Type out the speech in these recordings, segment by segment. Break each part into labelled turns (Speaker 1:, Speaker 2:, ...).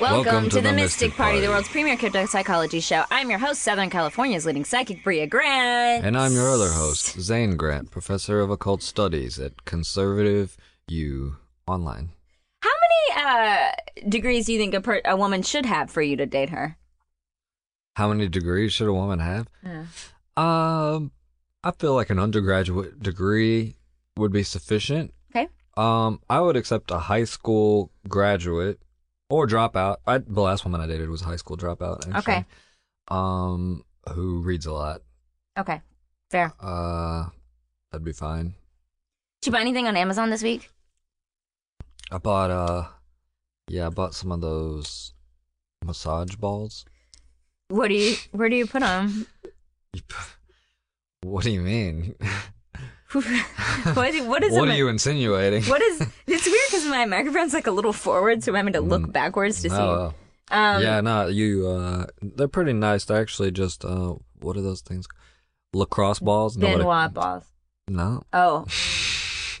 Speaker 1: Welcome, to, the, Mystic, Party, the world's premier crypto psychology show. I'm your host, Southern California's leading psychic, Bria Grant.
Speaker 2: And I'm your other host, Zane Grant, professor of occult studies at Conservative U Online.
Speaker 1: How many uh, degrees do you think a, per- a woman should have for you to date her?
Speaker 2: How many degrees should a woman have?
Speaker 1: Yeah.
Speaker 2: Um, I feel like an undergraduate degree would be sufficient.
Speaker 1: Okay.
Speaker 2: Um, I would accept a high school graduate or dropout. I, the last woman I dated was a high school dropout. Actually.
Speaker 1: Okay.
Speaker 2: Um, who reads a lot.
Speaker 1: Okay. Fair.
Speaker 2: Uh, that'd be fine.
Speaker 1: Did you buy anything on Amazon this week?
Speaker 2: I bought uh yeah, I bought some of those massage balls.
Speaker 1: What do you? Where do you put them?
Speaker 2: You p- What do you mean?
Speaker 1: what, do- what is
Speaker 2: what
Speaker 1: a
Speaker 2: are
Speaker 1: ma-
Speaker 2: you insinuating?
Speaker 1: What is? It's weird because my microphone's like a little forward, so I'm having to look backwards to see.
Speaker 2: Mm. Oh,
Speaker 1: Um,
Speaker 2: yeah, no, you uh they're pretty nice. They're actually just uh what are those things? Lacrosse balls? No,
Speaker 1: Benoit
Speaker 2: what-
Speaker 1: balls.
Speaker 2: No.
Speaker 1: Oh,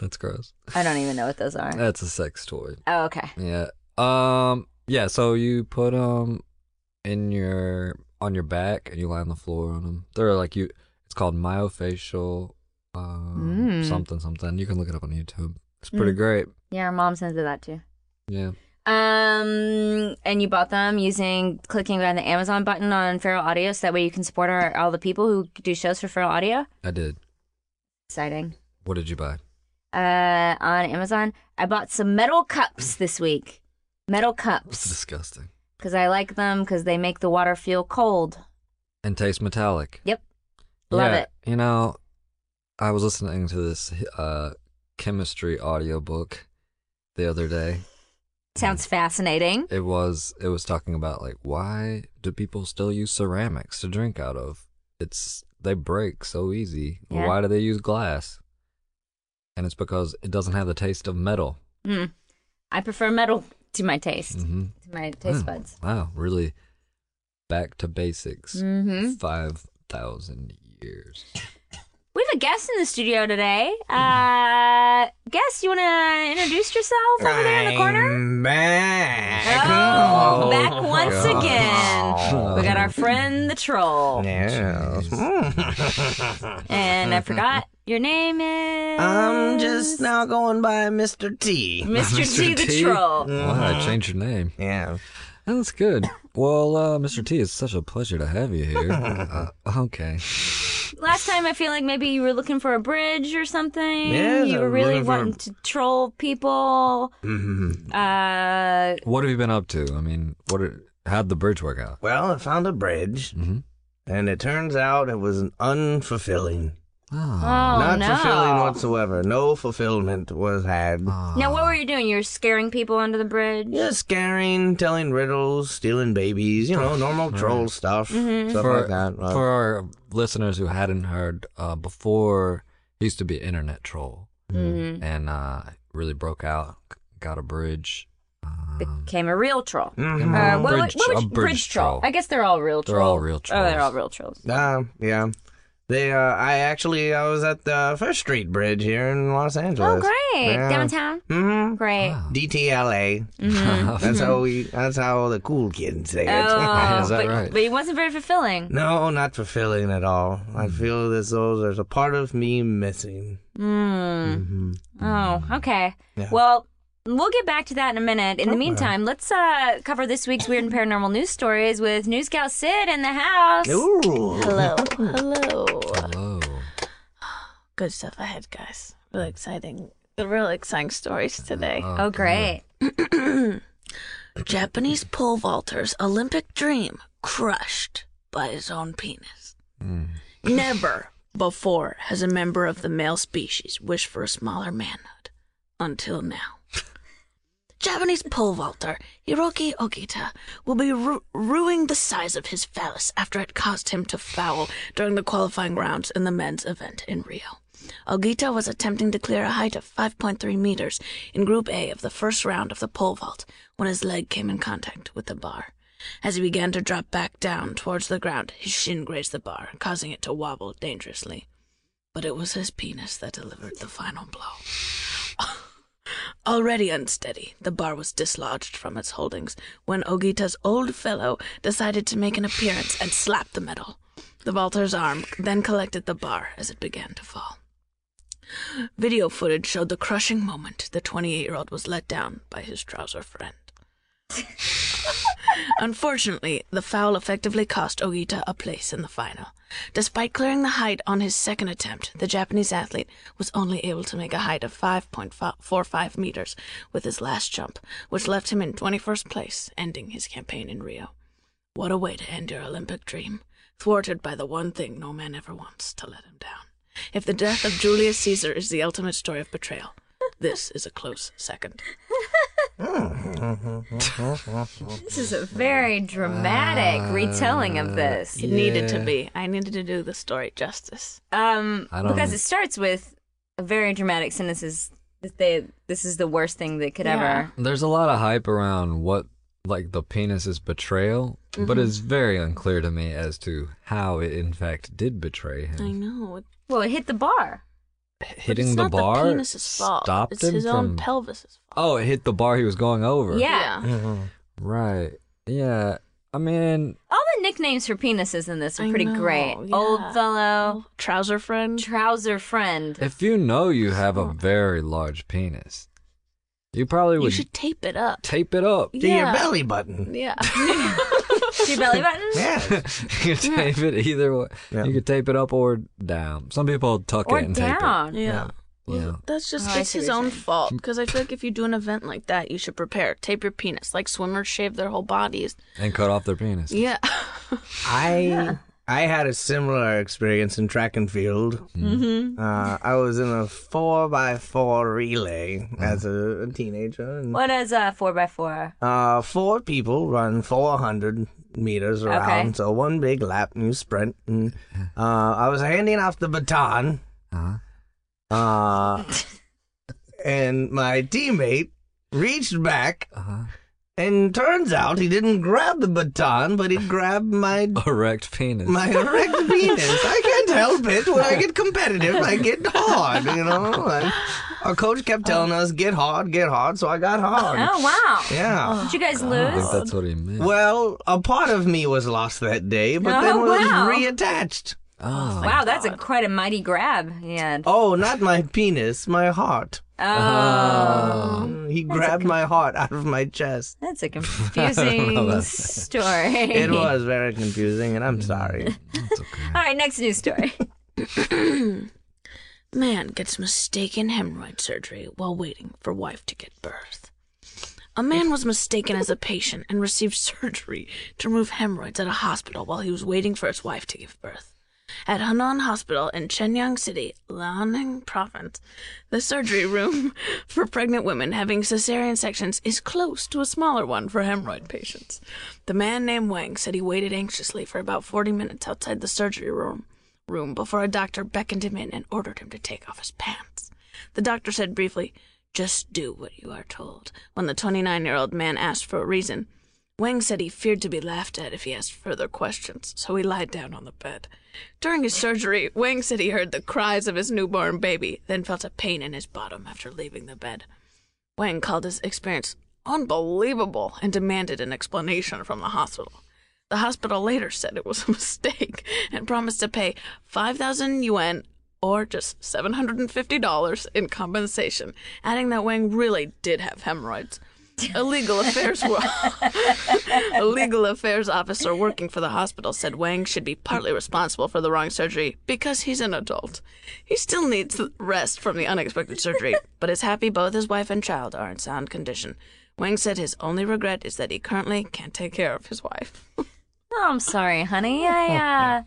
Speaker 2: That's gross.
Speaker 1: I don't even know what those are.
Speaker 2: That's a sex toy.
Speaker 1: Oh, okay.
Speaker 2: Yeah. Um yeah, so you put them in your on your back and you lie on the floor on them. They're like you it's called myofacial um
Speaker 1: Mm.
Speaker 2: something something. You can look it up on YouTube. It's pretty
Speaker 1: Mm.
Speaker 2: great.
Speaker 1: Yeah, our mom's into that too.
Speaker 2: Yeah.
Speaker 1: Um, and you bought them using clicking on the Amazon button on Feral Audio, so that way you can support our, all the people who do shows for Feral Audio.
Speaker 2: I did.
Speaker 1: Exciting.
Speaker 2: What did you buy?
Speaker 1: Uh, on Amazon, I bought some metal cups this week. Metal
Speaker 2: It's
Speaker 1: cups
Speaker 2: disgusting.
Speaker 1: because I like them because they make the water feel cold.
Speaker 2: And tastes metallic.
Speaker 1: Yep, love
Speaker 2: Yeah,
Speaker 1: it.
Speaker 2: You know, I was listening to this uh chemistry audiobook the other day.
Speaker 1: Sounds fascinating.
Speaker 2: It was it was talking about like why do people still use ceramics to drink out of? It's they break so easy.
Speaker 1: Yeah.
Speaker 2: Why do they use glass? And it's because it doesn't have the taste of metal.
Speaker 1: Mm. I prefer metal to my taste,
Speaker 2: hmm
Speaker 1: to my taste buds.
Speaker 2: Wow, really back to basics.
Speaker 1: Mm-hmm.
Speaker 2: Five thousand years.
Speaker 1: We have a guest in the studio today. Uh, guest, you want to introduce yourself over there in the corner?
Speaker 3: I'm back.
Speaker 1: Oh,
Speaker 2: Oh,
Speaker 1: back once
Speaker 2: gosh.
Speaker 1: again. We got our friend the troll.
Speaker 3: Yes.
Speaker 1: And I forgot your name is.
Speaker 3: I'm just now going by Mr. T.
Speaker 1: Mr. T the troll.
Speaker 2: Wow, I changed your name.
Speaker 3: Yeah.
Speaker 2: That's good. Well, uh, Mr. T, it's such a pleasure to have you here. Uh, okay.
Speaker 1: Last time I feel like maybe you were looking for a bridge or something.
Speaker 3: Yes,
Speaker 1: you were
Speaker 3: I'm
Speaker 1: really
Speaker 3: looking for Mm-hmm. a-
Speaker 1: wanting to troll people. Uh,
Speaker 2: What have you been up to? I mean, what? Are, how'd the bridge work out?
Speaker 3: Well, I found a bridge,
Speaker 2: Mm-hmm.
Speaker 3: and it turns out it was an unfulfilling.
Speaker 2: Ah.
Speaker 1: Oh,
Speaker 3: Not
Speaker 1: no.
Speaker 3: fulfilling whatsoever. No fulfillment was had.
Speaker 1: now what were you doing? You were scaring people under the bridge?
Speaker 3: Yeah, scaring, telling riddles, stealing babies, you know, normal troll stuff, stuff
Speaker 2: for,
Speaker 3: like that. Uh,
Speaker 2: for our listeners who hadn't heard, uh, before he used to be an internet troll
Speaker 4: Mm-hmm.
Speaker 1: Mhm.
Speaker 2: and uh, really broke out, got a bridge.
Speaker 1: Became a real troll.
Speaker 3: mhm.
Speaker 1: Uh, what,
Speaker 2: Mm,
Speaker 1: what,
Speaker 2: Bridge-
Speaker 1: what would
Speaker 2: a
Speaker 1: you-
Speaker 2: bridge troll.
Speaker 1: I guess they're all real trolls.
Speaker 2: They're all real
Speaker 1: Oh, they're
Speaker 2: trolls.
Speaker 1: all real trolls.
Speaker 3: Uh, yeah. They, uh, I actually, I was at the First Street Bridge here in Los
Speaker 1: Oh,
Speaker 3: Angeles.
Speaker 1: great.
Speaker 3: Yeah.
Speaker 1: Downtown?
Speaker 3: Mm-hmm.
Speaker 1: Great.
Speaker 2: Ah,
Speaker 1: Mm-hmm.
Speaker 3: DTLA. That's how we, that's how the cool kids say it.
Speaker 1: Oh,
Speaker 2: Is
Speaker 1: but,
Speaker 2: that right?
Speaker 1: but it wasn't very fulfilling.
Speaker 3: no, not fulfilling at all. I feel as though there's a part of me missing.
Speaker 1: Mm.
Speaker 3: Mm-hmm.
Speaker 1: Oh, okay.
Speaker 3: Yeah.
Speaker 1: Well, we'll get back to that in a minute. In the meantime, let's uh, cover this week's weird and paranormal news stories with News Gal Sid in the house.
Speaker 3: Ooh.
Speaker 4: Hello. Hello.
Speaker 2: Hello.
Speaker 4: Good stuff ahead, guys. Really exciting. Really exciting stories today.
Speaker 1: Oh, great.
Speaker 4: Japanese pole vaulter's Olympic dream crushed by his own penis. Never before has a member of the male species wished for a smaller manhood. Until now. Japanese pole vaulter Hiroki Ogita will be ru- ruining the size of his phallus after it caused him to foul during the qualifying rounds in the men's event in Rio. Ogita was attempting to clear a height of 5.3 meters in Group A of the first round of the pole vault when his leg came in contact with the bar. As he began to drop back down towards the ground, his shin grazed the bar, causing it to wobble dangerously. But it was his penis that delivered the final blow. Already unsteady, the bar was dislodged from its holdings when Ogita's old fellow decided to make an appearance and slap the metal. The vaulter's arm then collected the bar as it began to fall. Video footage showed the crushing moment the 28 year old was let down by his trouser friend. Unfortunately, the foul effectively cost Ogita a place in the final. Despite clearing the height on his second attempt, the Japanese athlete was only able to make a height of 5.45 meters with his last jump, which left him in 21st place, ending his campaign in Rio. What a way to end your Olympic dream, thwarted by the one thing no man ever wants to let him down. If the death of Julius Caesar is the ultimate story of betrayal, this is a close second.
Speaker 1: This is a very dramatic retelling of this.
Speaker 4: It needed to
Speaker 2: Yeah.
Speaker 4: be. I needed to do the story justice.
Speaker 1: Um,
Speaker 2: I don't-
Speaker 1: because it starts with a very dramatic sentences that they this is the worst thing they could ever.
Speaker 2: There's a lot of hype around what like the penis's betrayal,
Speaker 4: Mm-hmm.
Speaker 2: but it's very unclear to me as to how it in fact did betray him.
Speaker 4: I know. It,
Speaker 1: Well, it hit the bar.
Speaker 4: but
Speaker 2: Hitting
Speaker 4: it's
Speaker 2: the
Speaker 4: not
Speaker 2: bar
Speaker 4: the penis's fault.
Speaker 2: stopped
Speaker 4: it's
Speaker 2: him
Speaker 4: his
Speaker 2: from.
Speaker 4: own pelvis's fault.
Speaker 2: oh, it hit the bar he was going over.
Speaker 1: Yeah.
Speaker 3: Mm-hmm.
Speaker 2: Right. Yeah. I mean,
Speaker 1: All the nicknames for penises in this are
Speaker 4: I
Speaker 1: pretty
Speaker 4: know,
Speaker 1: great.
Speaker 4: yeah.
Speaker 1: Old fellow,
Speaker 4: Trouser friend.
Speaker 1: trouser friend.
Speaker 2: if you know you have a very large penis, you probably
Speaker 4: You
Speaker 2: would
Speaker 4: should tape it up.
Speaker 2: tape it up.
Speaker 3: To
Speaker 4: yeah.
Speaker 3: your belly button.
Speaker 4: Yeah.
Speaker 1: Two belly buttons.
Speaker 3: Yeah.
Speaker 2: you could tape it either way.
Speaker 3: Yeah.
Speaker 2: You could tape it up or down. Some people tuck
Speaker 1: Or
Speaker 2: it and
Speaker 1: down.
Speaker 4: yeah.
Speaker 2: tape it. Yeah.
Speaker 4: That's just,
Speaker 1: Oh, I
Speaker 4: it's
Speaker 1: see
Speaker 4: his
Speaker 1: what you're
Speaker 4: own
Speaker 1: saying.
Speaker 4: fault. Because I feel like if you do an event like that, you should prepare. Tape your penis. Like swimmers shave their whole bodies.
Speaker 2: And cut off their penis.
Speaker 4: Yeah.
Speaker 3: I I had a similar experience in track and field. Mm-hmm. Uh, I was in a four by four relay as a, a teenager. And,
Speaker 1: What is a four by four?
Speaker 3: Uh, four people run 400 meters around,
Speaker 1: Okay.
Speaker 3: so one big lap, new sprint. And, uh, I was handing off the baton,
Speaker 2: Uh-huh.
Speaker 3: uh, and my teammate reached back,
Speaker 2: Uh-huh.
Speaker 3: and turns out he didn't grab the baton, but he grabbed my
Speaker 2: Erect penis.
Speaker 3: my erect penis. I can't help it. When I get competitive, I get hard. You know, like, our coach kept telling us get hard, get hard. So I got hard.
Speaker 1: Oh wow!
Speaker 3: Yeah.
Speaker 1: Did you guys
Speaker 2: I think
Speaker 1: lose?
Speaker 2: that's what he meant.
Speaker 3: Well, a part of me was lost that day, but then
Speaker 1: Oh,
Speaker 3: was
Speaker 1: wow.
Speaker 3: reattached.
Speaker 2: oh.
Speaker 1: Wow, that's a quite a mighty grab. Yeah.
Speaker 3: Oh, not my penis, my heart.
Speaker 2: Uh-huh.
Speaker 3: Mm,
Speaker 1: Oh.
Speaker 3: He grabbed my heart out of my chest.
Speaker 1: That's a confusing story.
Speaker 3: It was very confusing, and I'm sorry.
Speaker 1: All right, next news story.
Speaker 4: Man gets mistaken hemorrhoid surgery while waiting for wife to give birth. A man was mistaken as a patient and received surgery to remove hemorrhoids at a hospital while he was waiting for his wife to give birth. At Henan Hospital in Chenyang City, Liaoning Province, the surgery room for pregnant women having cesarean sections is close to a smaller one for hemorrhoid patients. The man named Wang said he waited anxiously for about 40 minutes outside the surgery room room before a doctor beckoned him in and ordered him to take off his pants. The doctor said briefly, Just do what you are told, when the 29 year old man asked for a reason. Wang said he feared to be laughed at if he asked further questions, so he lied down on the bed. During his surgery, Wang said he heard the cries of his newborn baby, then felt a pain in his bottom after leaving the bed. Wang called his experience unbelievable and demanded an explanation from the hospital. The hospital later said it was a mistake and promised to pay 5,000 yuan or just $750 in compensation, adding that Wang really did have hemorrhoids. A legal affairs wo- a legal affairs officer working for the hospital said Wang should be partly responsible for the wrong surgery because he's an adult. He still needs rest from the unexpected surgery, but is happy both his wife and child are in sound condition. Wang said his only regret is that he currently can't take care of his wife.
Speaker 1: Oh, I'm sorry, honey. I uh,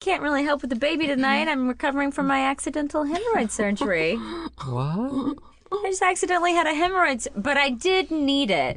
Speaker 1: Can't really help with the baby tonight. I'm recovering from my accidental hemorrhoid surgery.
Speaker 2: What?
Speaker 1: I just accidentally had a hemorrhoid, s- but I did need it.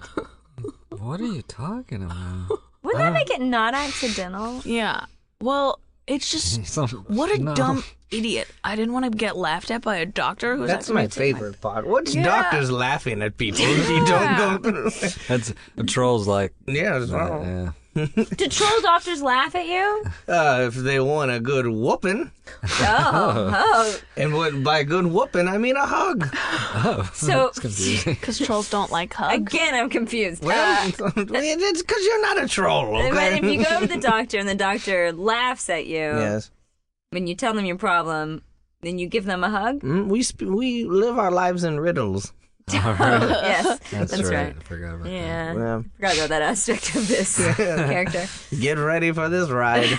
Speaker 2: What are you talking about?
Speaker 1: Wouldn't
Speaker 3: Ah.
Speaker 1: that make it not accidental?
Speaker 4: Yeah. Well, it's just
Speaker 2: Some-
Speaker 4: what a
Speaker 2: no.
Speaker 4: dumb idiot. I didn't want to get laughed at by a doctor who's
Speaker 3: That's my favorite part. What's doctors laughing at people if you don't go through?
Speaker 2: That's the trolls like.
Speaker 3: yeah, it's
Speaker 1: Oh.
Speaker 2: that,
Speaker 3: wrong.
Speaker 2: yeah.
Speaker 1: Do troll doctors laugh at you?
Speaker 3: Uh, if they want a good whooping,
Speaker 1: Oh, oh.
Speaker 3: and what by good whooping I mean a hug.
Speaker 2: Oh,
Speaker 1: So
Speaker 4: because trolls don't like hugs.
Speaker 1: again, I'm confused. Uh,
Speaker 3: Well, it's because you're not a troll,
Speaker 1: But
Speaker 3: okay?
Speaker 1: if you go to the doctor and the doctor laughs at you
Speaker 3: yes,
Speaker 1: when you tell them your problem, then you give them a hug.
Speaker 3: Mm, we sp- we live our lives in riddles.
Speaker 1: yes,
Speaker 2: That's,
Speaker 1: that's,
Speaker 2: right.
Speaker 1: right.
Speaker 2: I forgot about that.
Speaker 1: Yeah,
Speaker 3: Yeah.
Speaker 1: forgot about that aspect of this character.
Speaker 3: Get ready for this ride.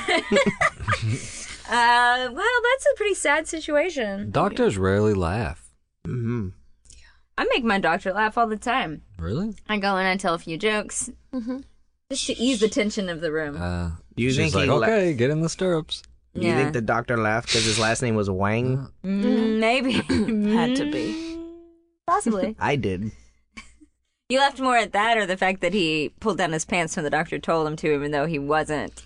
Speaker 1: Uh, well, that's a pretty sad situation.
Speaker 2: Doctors rarely laugh.
Speaker 3: hmm
Speaker 1: I make my doctor laugh all the time.
Speaker 2: Really?
Speaker 1: I go in and tell a few jokes just to ease the tension of the room.
Speaker 2: Uh,
Speaker 3: You
Speaker 2: she's
Speaker 3: think
Speaker 2: like,
Speaker 3: he la-
Speaker 2: okay, get in the stirrups.
Speaker 3: You
Speaker 1: Yeah.
Speaker 3: think the doctor laughed because his last name was
Speaker 2: Uh.
Speaker 3: Wang?
Speaker 1: Mm, maybe
Speaker 4: Had to be.
Speaker 1: possibly.
Speaker 3: I did.
Speaker 1: You laughed more at that or the fact that he pulled down his pants when the doctor told him to, even though he wasn't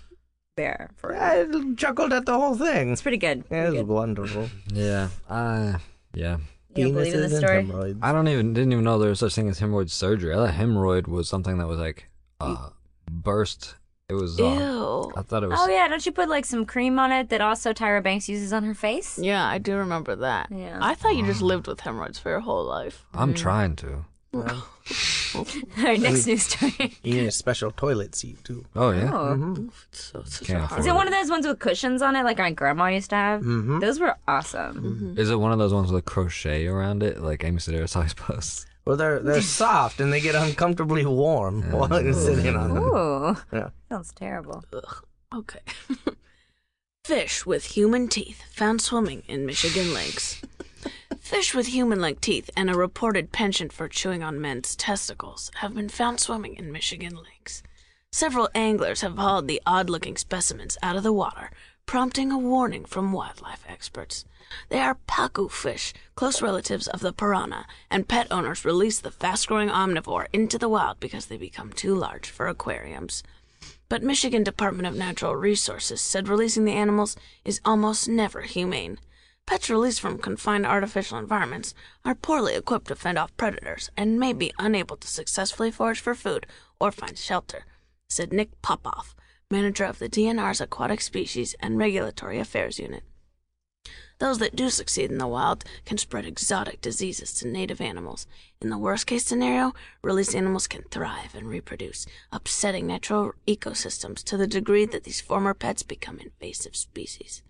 Speaker 1: there for it.
Speaker 3: I chuckled at the whole thing.
Speaker 1: It's pretty good.
Speaker 3: Yeah, it
Speaker 1: Pretty
Speaker 3: was
Speaker 1: good.
Speaker 3: wonderful.
Speaker 2: Yeah. Uh, yeah.
Speaker 1: You don't believe in
Speaker 3: Penises
Speaker 1: this
Speaker 3: and
Speaker 1: story?
Speaker 3: hemorrhoids.
Speaker 2: I don't even didn't even know there was such thing as hemorrhoid surgery. I thought hemorrhoid was something that was like uh, burst. It was. Uh,
Speaker 4: Ew.
Speaker 2: I thought it was.
Speaker 1: Oh yeah, don't you put like some cream on it that also Tyra Banks uses on her face?
Speaker 4: Yeah, I do remember that.
Speaker 1: Yeah.
Speaker 4: I thought you just lived with hemorrhoids for your whole life.
Speaker 2: I'm trying to.
Speaker 1: All right, next
Speaker 3: Mm.
Speaker 1: news story.
Speaker 3: You need a special toilet seat too.
Speaker 2: Oh yeah.
Speaker 3: mm-hmm.
Speaker 1: Oh.
Speaker 4: It's so, it's such a
Speaker 2: Can't
Speaker 4: hard
Speaker 1: Is it one of those ones with cushions on it, like my grandma used to have?
Speaker 3: Mhm.
Speaker 1: Those were
Speaker 3: Mm-hmm.
Speaker 1: awesome.
Speaker 2: Is it one of those ones with a crochet around it, like Amy Sedaris always posts?
Speaker 3: Well, they're they're soft and they get uncomfortably warm while you're sitting on them.
Speaker 1: Ooh,
Speaker 3: Yeah.
Speaker 1: sounds terrible.
Speaker 4: Okay. Fish with human teeth found swimming in Michigan lakes. Fish with human like teeth and a reported penchant for chewing on men's testicles have been found swimming in Michigan lakes. Several anglers have hauled the odd looking specimens out of the water, prompting a warning from wildlife experts. They are pacu fish, close relatives of the piranha, and pet owners release the fast growing omnivore into the wild because they become too large for aquariums. But Michigan Department of Natural Resources said releasing the animals is almost never humane. Pets released from confined artificial environments are poorly equipped to fend off predators and may be unable to successfully forage for food or find shelter, said Nick Popoff, manager of the DNR's Aquatic Species and Regulatory Affairs Unit. Those that do succeed in the wild can spread exotic diseases to native animals. In the worst case scenario, released animals can thrive and reproduce, upsetting natural ecosystems to the degree that these former pets become invasive species.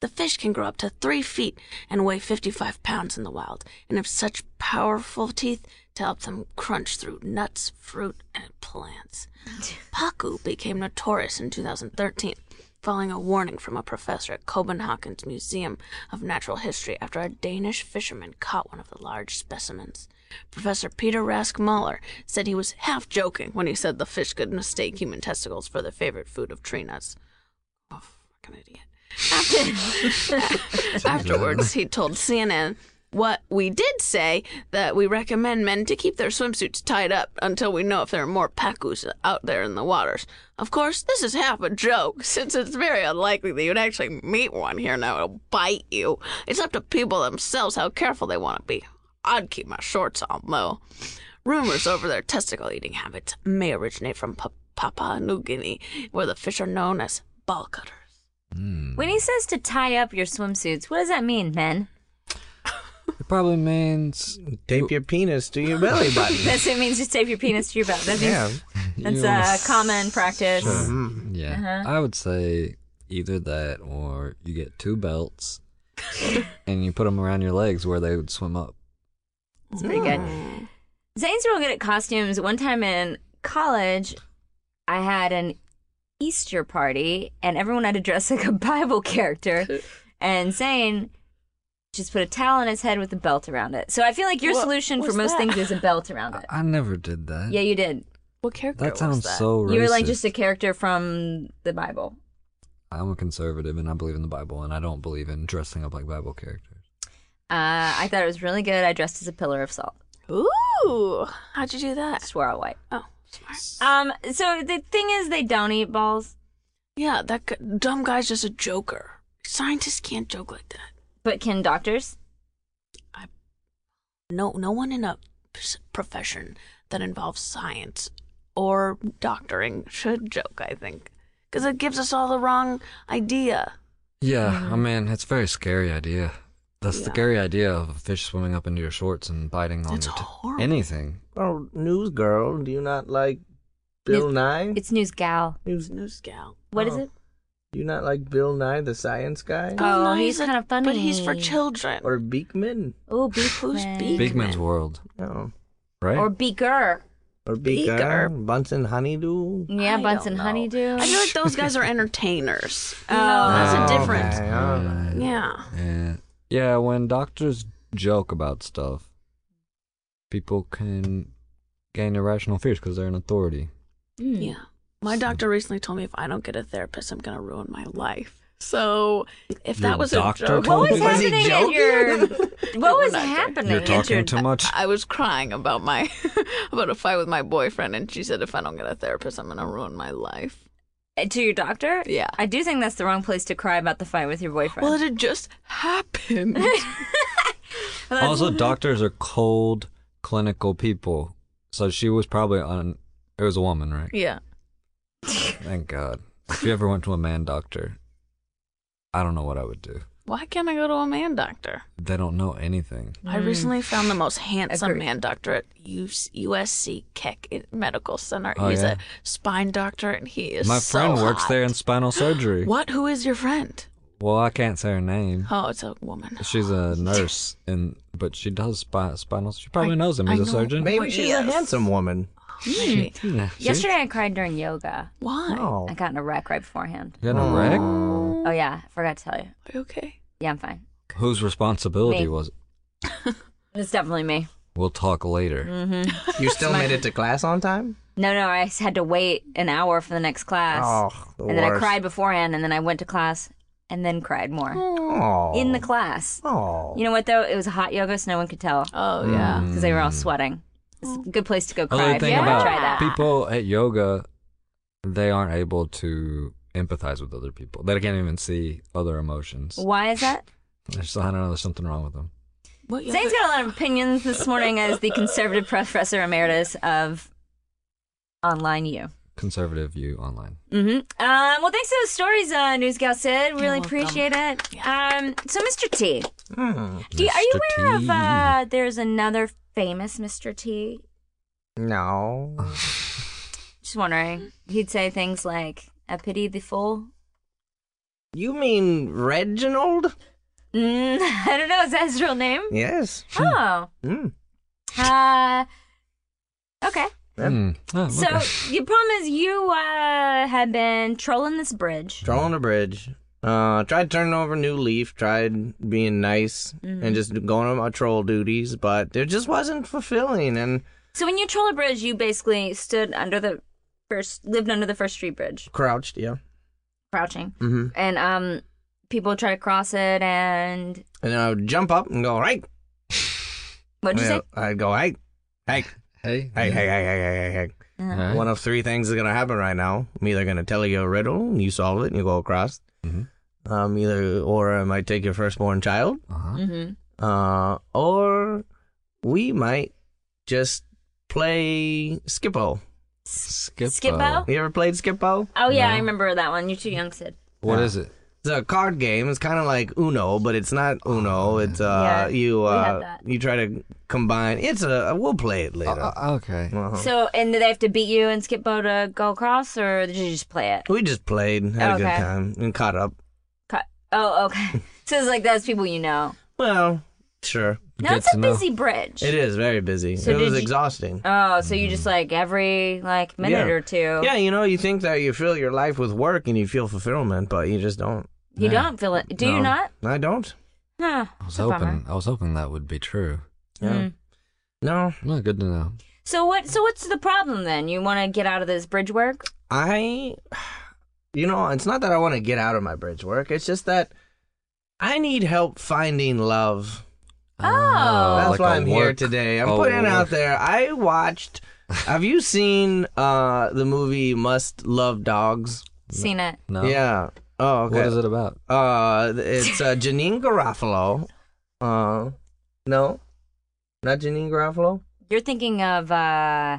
Speaker 4: The fish can grow up to three feet and weigh 55 pounds in the wild, and have such powerful teeth to help them crunch through nuts, fruit, and plants. Paku became notorious in 2013, following a warning from a professor at Copenhagen's Museum of Natural History after a Danish fisherman caught one of the large specimens. Professor Peter Rask Mahler said he was half joking when he said the fish could mistake human testicles for their favorite food of tree nuts. Oh, fucking idiot. Afterwards, he told CNN what we did say that we recommend men to keep their swimsuits tied up until we know if there are more pacus out there in the waters. Of course, this is half a joke, since it's very unlikely that you'd actually meet one here now. It'll bite you. It's up to people themselves how careful they want to be. I'd keep my shorts on, though. Rumors over their testicle eating habits may originate from Pa- Papua New Guinea, where the fish are known as ball cutters. Mm.
Speaker 1: When he says to tie up your swimsuits, what does that mean, men?
Speaker 2: It probably means
Speaker 3: Tape your penis to your belly button.
Speaker 1: That's what it means. Just tape your penis to your butt. That means that's
Speaker 3: yeah.
Speaker 2: you
Speaker 1: a Uh-huh.
Speaker 2: wanna
Speaker 1: common practice.
Speaker 2: Yeah. I would say either that or you get two belts and you put them around your legs where they would swim up.
Speaker 1: It's pretty good.
Speaker 2: Mm.
Speaker 1: Zane's real good at costumes. One time in college, I had an Easter party, and everyone had to dress like a Bible character, and Zane just put a towel on his head with a belt around it. So I feel like your
Speaker 4: What
Speaker 1: solution for
Speaker 4: was
Speaker 1: most
Speaker 4: that?
Speaker 1: things is a belt around it.
Speaker 2: I never did that.
Speaker 1: Yeah, you did.
Speaker 4: What character
Speaker 2: that sounds
Speaker 4: was that?
Speaker 2: so racist.
Speaker 1: You were like just a character from the Bible.
Speaker 2: I'm a conservative and I believe in the Bible and I don't believe in dressing up like Bible characters.
Speaker 1: Uh, I thought it was really good. I dressed as a pillar of salt.
Speaker 4: Ooh, how'd you do that?
Speaker 1: Swear all white.
Speaker 4: Oh, smart.
Speaker 1: Um, so the thing is, they don't eat balls,
Speaker 4: Yeah, that g- dumb guy's just a joker. Scientists can't joke like that.
Speaker 1: but can doctors?
Speaker 4: No, no one in a s- profession that involves science or doctoring should joke. I think because it gives us all the wrong idea.
Speaker 2: Yeah, I mean, it's a very scary idea. That's the
Speaker 4: Yeah.
Speaker 2: scary idea of a fish swimming up into your shorts and biting on
Speaker 4: That's
Speaker 2: your t-
Speaker 4: horrible.
Speaker 2: anything.
Speaker 3: Oh, news girl, do you not like Bill
Speaker 1: It's-
Speaker 3: Nye?
Speaker 1: It's news gal.
Speaker 3: News.
Speaker 4: News gal.
Speaker 1: What is
Speaker 3: Oh.
Speaker 1: it?
Speaker 3: Do you not like Bill Nye, the science guy,
Speaker 1: Oh, he's kinda
Speaker 4: But he's for
Speaker 1: funny.
Speaker 4: children.
Speaker 3: or Beekman?
Speaker 1: Oh, beak.
Speaker 4: Who's
Speaker 1: man.
Speaker 4: beak?
Speaker 2: Big Man's
Speaker 4: Man.
Speaker 2: World,
Speaker 3: No,
Speaker 2: right?
Speaker 1: Or beaker.
Speaker 3: or Beaker,
Speaker 4: Beaker.
Speaker 3: Bunsen Honeydew.
Speaker 1: Yeah,
Speaker 4: I
Speaker 1: Bunsen
Speaker 4: don't know.
Speaker 1: honeydew.
Speaker 4: I feel like those guys are entertainers.
Speaker 1: Oh.
Speaker 4: You know, that's a
Speaker 3: Oh,
Speaker 4: difference.
Speaker 3: okay, all right.
Speaker 2: Yeah.
Speaker 4: Yeah.
Speaker 2: Yeah. Yeah, when doctors joke about stuff, people can gain irrational fears because they're an authority. Hmm.
Speaker 1: Mm.
Speaker 4: Yeah. My doctor recently told me if I don't get a therapist, I'm going to ruin my life. So if
Speaker 2: Your
Speaker 4: that was a
Speaker 2: doctor
Speaker 4: joke,
Speaker 2: told
Speaker 1: What was,
Speaker 2: Was he
Speaker 1: happening at
Speaker 3: joking?
Speaker 1: your? What was
Speaker 4: not joking.
Speaker 1: happening?
Speaker 2: You're
Speaker 1: at
Speaker 2: talking
Speaker 1: your-
Speaker 2: too much.
Speaker 4: I was crying about my about a fight with my boyfriend, and she said if I don't get a therapist, I'm going to ruin my life.
Speaker 1: Uh, to your doctor?
Speaker 4: Yeah.
Speaker 1: I do think that's the wrong place to cry about the fight with your boyfriend.
Speaker 4: Well, it had just happened.
Speaker 1: Well, that's-
Speaker 2: Also, doctors are cold, clinical people. So she was probably on. It was a woman, right?
Speaker 4: yeah.
Speaker 2: Thank God. If you ever went to a man doctor, I don't know what I would do.
Speaker 4: Why can't I go to a man doctor?
Speaker 2: They don't know anything.
Speaker 4: I recently found the most handsome
Speaker 1: Agree.
Speaker 4: man doctor at US- USC Keck I- Medical Center.
Speaker 2: Oh,
Speaker 4: He's
Speaker 2: yeah?
Speaker 4: a spine doctor, and he is
Speaker 2: My
Speaker 4: so
Speaker 2: friend works
Speaker 4: hot.
Speaker 2: there in spinal surgery.
Speaker 4: What? Who is your friend?
Speaker 2: Well, I can't say her name.
Speaker 4: Oh, it's a woman.
Speaker 2: She's a nurse, and but she does spi- spinal. She probably
Speaker 4: I-
Speaker 2: knows him.
Speaker 4: I
Speaker 2: He's a
Speaker 4: know.
Speaker 1: Mm-hmm.
Speaker 2: surgeon.
Speaker 3: Maybe
Speaker 4: Wait,
Speaker 3: she's
Speaker 4: yes.
Speaker 3: a handsome woman.
Speaker 4: Maybe.
Speaker 2: Yeah, see?
Speaker 1: Yesterday I cried during yoga.
Speaker 4: Why?
Speaker 3: Oh,
Speaker 1: I got in a wreck right beforehand.
Speaker 2: You had a wreck?
Speaker 1: Oh yeah, I forgot to tell you.
Speaker 4: Are you okay?
Speaker 1: Yeah, I'm fine.
Speaker 2: Whose responsibility
Speaker 1: Me.
Speaker 2: was it?
Speaker 1: It's definitely me. Mm-hmm.
Speaker 2: We'll talk later.
Speaker 3: you still made it to class on time?
Speaker 1: No, no, I s- had to wait an hour for the next class,
Speaker 3: Oh, the
Speaker 1: and then
Speaker 3: worst.
Speaker 1: I cried beforehand, and then I went to class, and then cried more
Speaker 3: Oh,
Speaker 1: in the class.
Speaker 3: oh,
Speaker 1: You know what though? It was hot yoga, so no one could tell
Speaker 2: Hmm.
Speaker 4: Oh yeah.
Speaker 1: because they were
Speaker 3: Mm.
Speaker 1: all sweating. It's a good place to go cry
Speaker 2: Other
Speaker 1: if you
Speaker 2: thing
Speaker 1: ever
Speaker 2: about
Speaker 1: try that.
Speaker 2: people at yoga, they aren't able to empathize with other people. They can't even see other emotions.
Speaker 1: Why is that?
Speaker 2: There's, I don't know. There's something wrong with them.
Speaker 4: What? you
Speaker 1: Zane's got a lot of opinions this morning as the conservative professor emeritus of online U.
Speaker 2: Conservative view online.
Speaker 1: hmm Um, well, thanks for those stories, uh, Newsgal Sid. Really
Speaker 4: welcome.
Speaker 1: appreciate it. Um, so, Mr. T,
Speaker 3: Hmm.
Speaker 1: do you, are you
Speaker 2: Mr.
Speaker 1: aware
Speaker 2: T.
Speaker 1: of uh, there's another famous Mr. T?
Speaker 3: no.
Speaker 1: Just wondering. He'd say things like, I pity the fool.
Speaker 3: You mean Reginald?
Speaker 1: Mm, I don't know. Is that his real name?
Speaker 3: Yes.
Speaker 1: Oh.
Speaker 3: Hmm.
Speaker 1: Uh, okay.
Speaker 3: Yeah.
Speaker 2: Hmm. Oh,
Speaker 1: So,
Speaker 2: okay.
Speaker 1: the problem is you uh, have been trolling this bridge.
Speaker 3: Trolling a bridge. Uh, tried turning over a new leaf. Tried being nice
Speaker 1: Mm-hmm.
Speaker 3: and just going on my troll duties, but it just wasn't fulfilling. And
Speaker 1: So, when you troll a bridge, you basically stood under the first, lived under the first street bridge,
Speaker 3: crouched, yeah.
Speaker 1: crouching.
Speaker 3: Mm-hmm.
Speaker 1: and um people try to cross it and
Speaker 3: And then I would jump up and go right.
Speaker 1: what'd you
Speaker 3: Yeah, I'd go hey, hey,
Speaker 2: hey,
Speaker 3: hey, hey, hey, hey, hey, hey,
Speaker 1: say
Speaker 2: All
Speaker 1: Uh,
Speaker 2: right.
Speaker 3: One of three things is gonna happen right now. I'm either gonna tell you a riddle and you solve it and you go across.
Speaker 2: Mhm.
Speaker 3: Um, either or I might take your firstborn child.
Speaker 2: Uh-huh.
Speaker 1: mhm.
Speaker 3: Uh, or we might just play Skippo.
Speaker 2: Skip.
Speaker 1: Skippo?
Speaker 3: You ever played Skippo?
Speaker 1: oh yeah i
Speaker 2: No.
Speaker 1: remember that one you're too young sid
Speaker 2: What is it?
Speaker 3: It's a card game. It's kind of like Uno, but it's not
Speaker 2: Oh,
Speaker 3: Uno. It's
Speaker 1: Yeah,
Speaker 3: uh, you
Speaker 1: we had
Speaker 3: uh,
Speaker 1: that.
Speaker 3: you try to combine. It's a we'll play it later.
Speaker 2: Uh, uh, okay.
Speaker 3: Uh-huh.
Speaker 1: so and do they have to beat you and skippo to go across or did you just play it
Speaker 3: we just played, had a
Speaker 1: Okay.
Speaker 3: good time, and caught up.
Speaker 1: Cut. oh okay so it's like those people you know
Speaker 3: Well, sure,
Speaker 1: no
Speaker 2: Good
Speaker 1: it's a
Speaker 2: to know.
Speaker 1: busy bridge
Speaker 3: it is very busy.
Speaker 1: So
Speaker 3: it
Speaker 1: did
Speaker 3: was
Speaker 1: you-
Speaker 3: exhausting.
Speaker 1: oh so you just like every like minute
Speaker 3: Yeah.
Speaker 1: or two
Speaker 3: yeah, you know, you think that you fill your life with work and you feel fulfillment, but you just don't.
Speaker 1: you
Speaker 2: Yeah.
Speaker 1: don't feel it do you
Speaker 3: No,
Speaker 1: not
Speaker 3: I don't.
Speaker 1: huh
Speaker 2: I was
Speaker 1: it's a bummer.
Speaker 2: hoping. I was hoping that would be true.
Speaker 3: Yeah.
Speaker 1: Mm.
Speaker 3: No,
Speaker 2: Well, good to know.
Speaker 1: so what so what's the problem then you want to get out of this bridge work
Speaker 3: I you know, it's not that I want to get out of my bridge work. It's just that I need help finding love.
Speaker 1: Oh,
Speaker 3: That's
Speaker 2: like
Speaker 3: why
Speaker 2: a
Speaker 3: I'm here
Speaker 2: work-
Speaker 3: today. I'm
Speaker 2: a
Speaker 3: putting it out
Speaker 2: work-
Speaker 3: there. I watched. Have you seen uh, the movie Must Love Dogs?
Speaker 1: Seen it.
Speaker 2: No.
Speaker 3: Yeah. Oh, okay.
Speaker 2: What is it about?
Speaker 3: Uh, it's uh, Janine Garofalo. Uh, no, not Janine Garofalo.
Speaker 1: You're thinking of uh,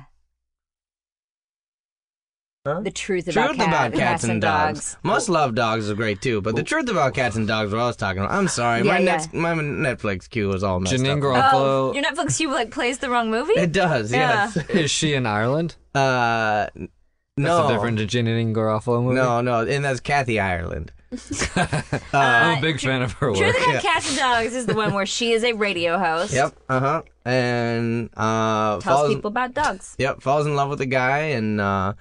Speaker 3: Huh?
Speaker 1: the truth about,
Speaker 3: Truth
Speaker 1: cat-
Speaker 3: about cats and dogs. Must love dogs is great too, but the truth about cats and dogs, what I was talking about. I'm sorry,
Speaker 1: Yeah,
Speaker 3: my,
Speaker 1: yeah.
Speaker 3: Net- my Netflix queue was all messed
Speaker 2: Janine
Speaker 3: up.
Speaker 1: Oh,
Speaker 2: Garofalo.
Speaker 1: your Netflix you like plays the wrong movie.
Speaker 3: It does,
Speaker 1: Yeah.
Speaker 3: yes.
Speaker 2: Is she in Ireland?
Speaker 3: Uh, n- no,
Speaker 2: That's a different Janine Garofalo movie.
Speaker 3: no, Uh, no, and that's Kathy Ireland.
Speaker 2: I'm a big fan of her
Speaker 1: Truth
Speaker 2: work.
Speaker 1: about cats and dogs is the one where she is a radio host.
Speaker 3: Yep, uh huh, and uh,
Speaker 1: Tells
Speaker 3: falls,
Speaker 1: people about dogs.
Speaker 3: Yep, falls in love with a guy and uh,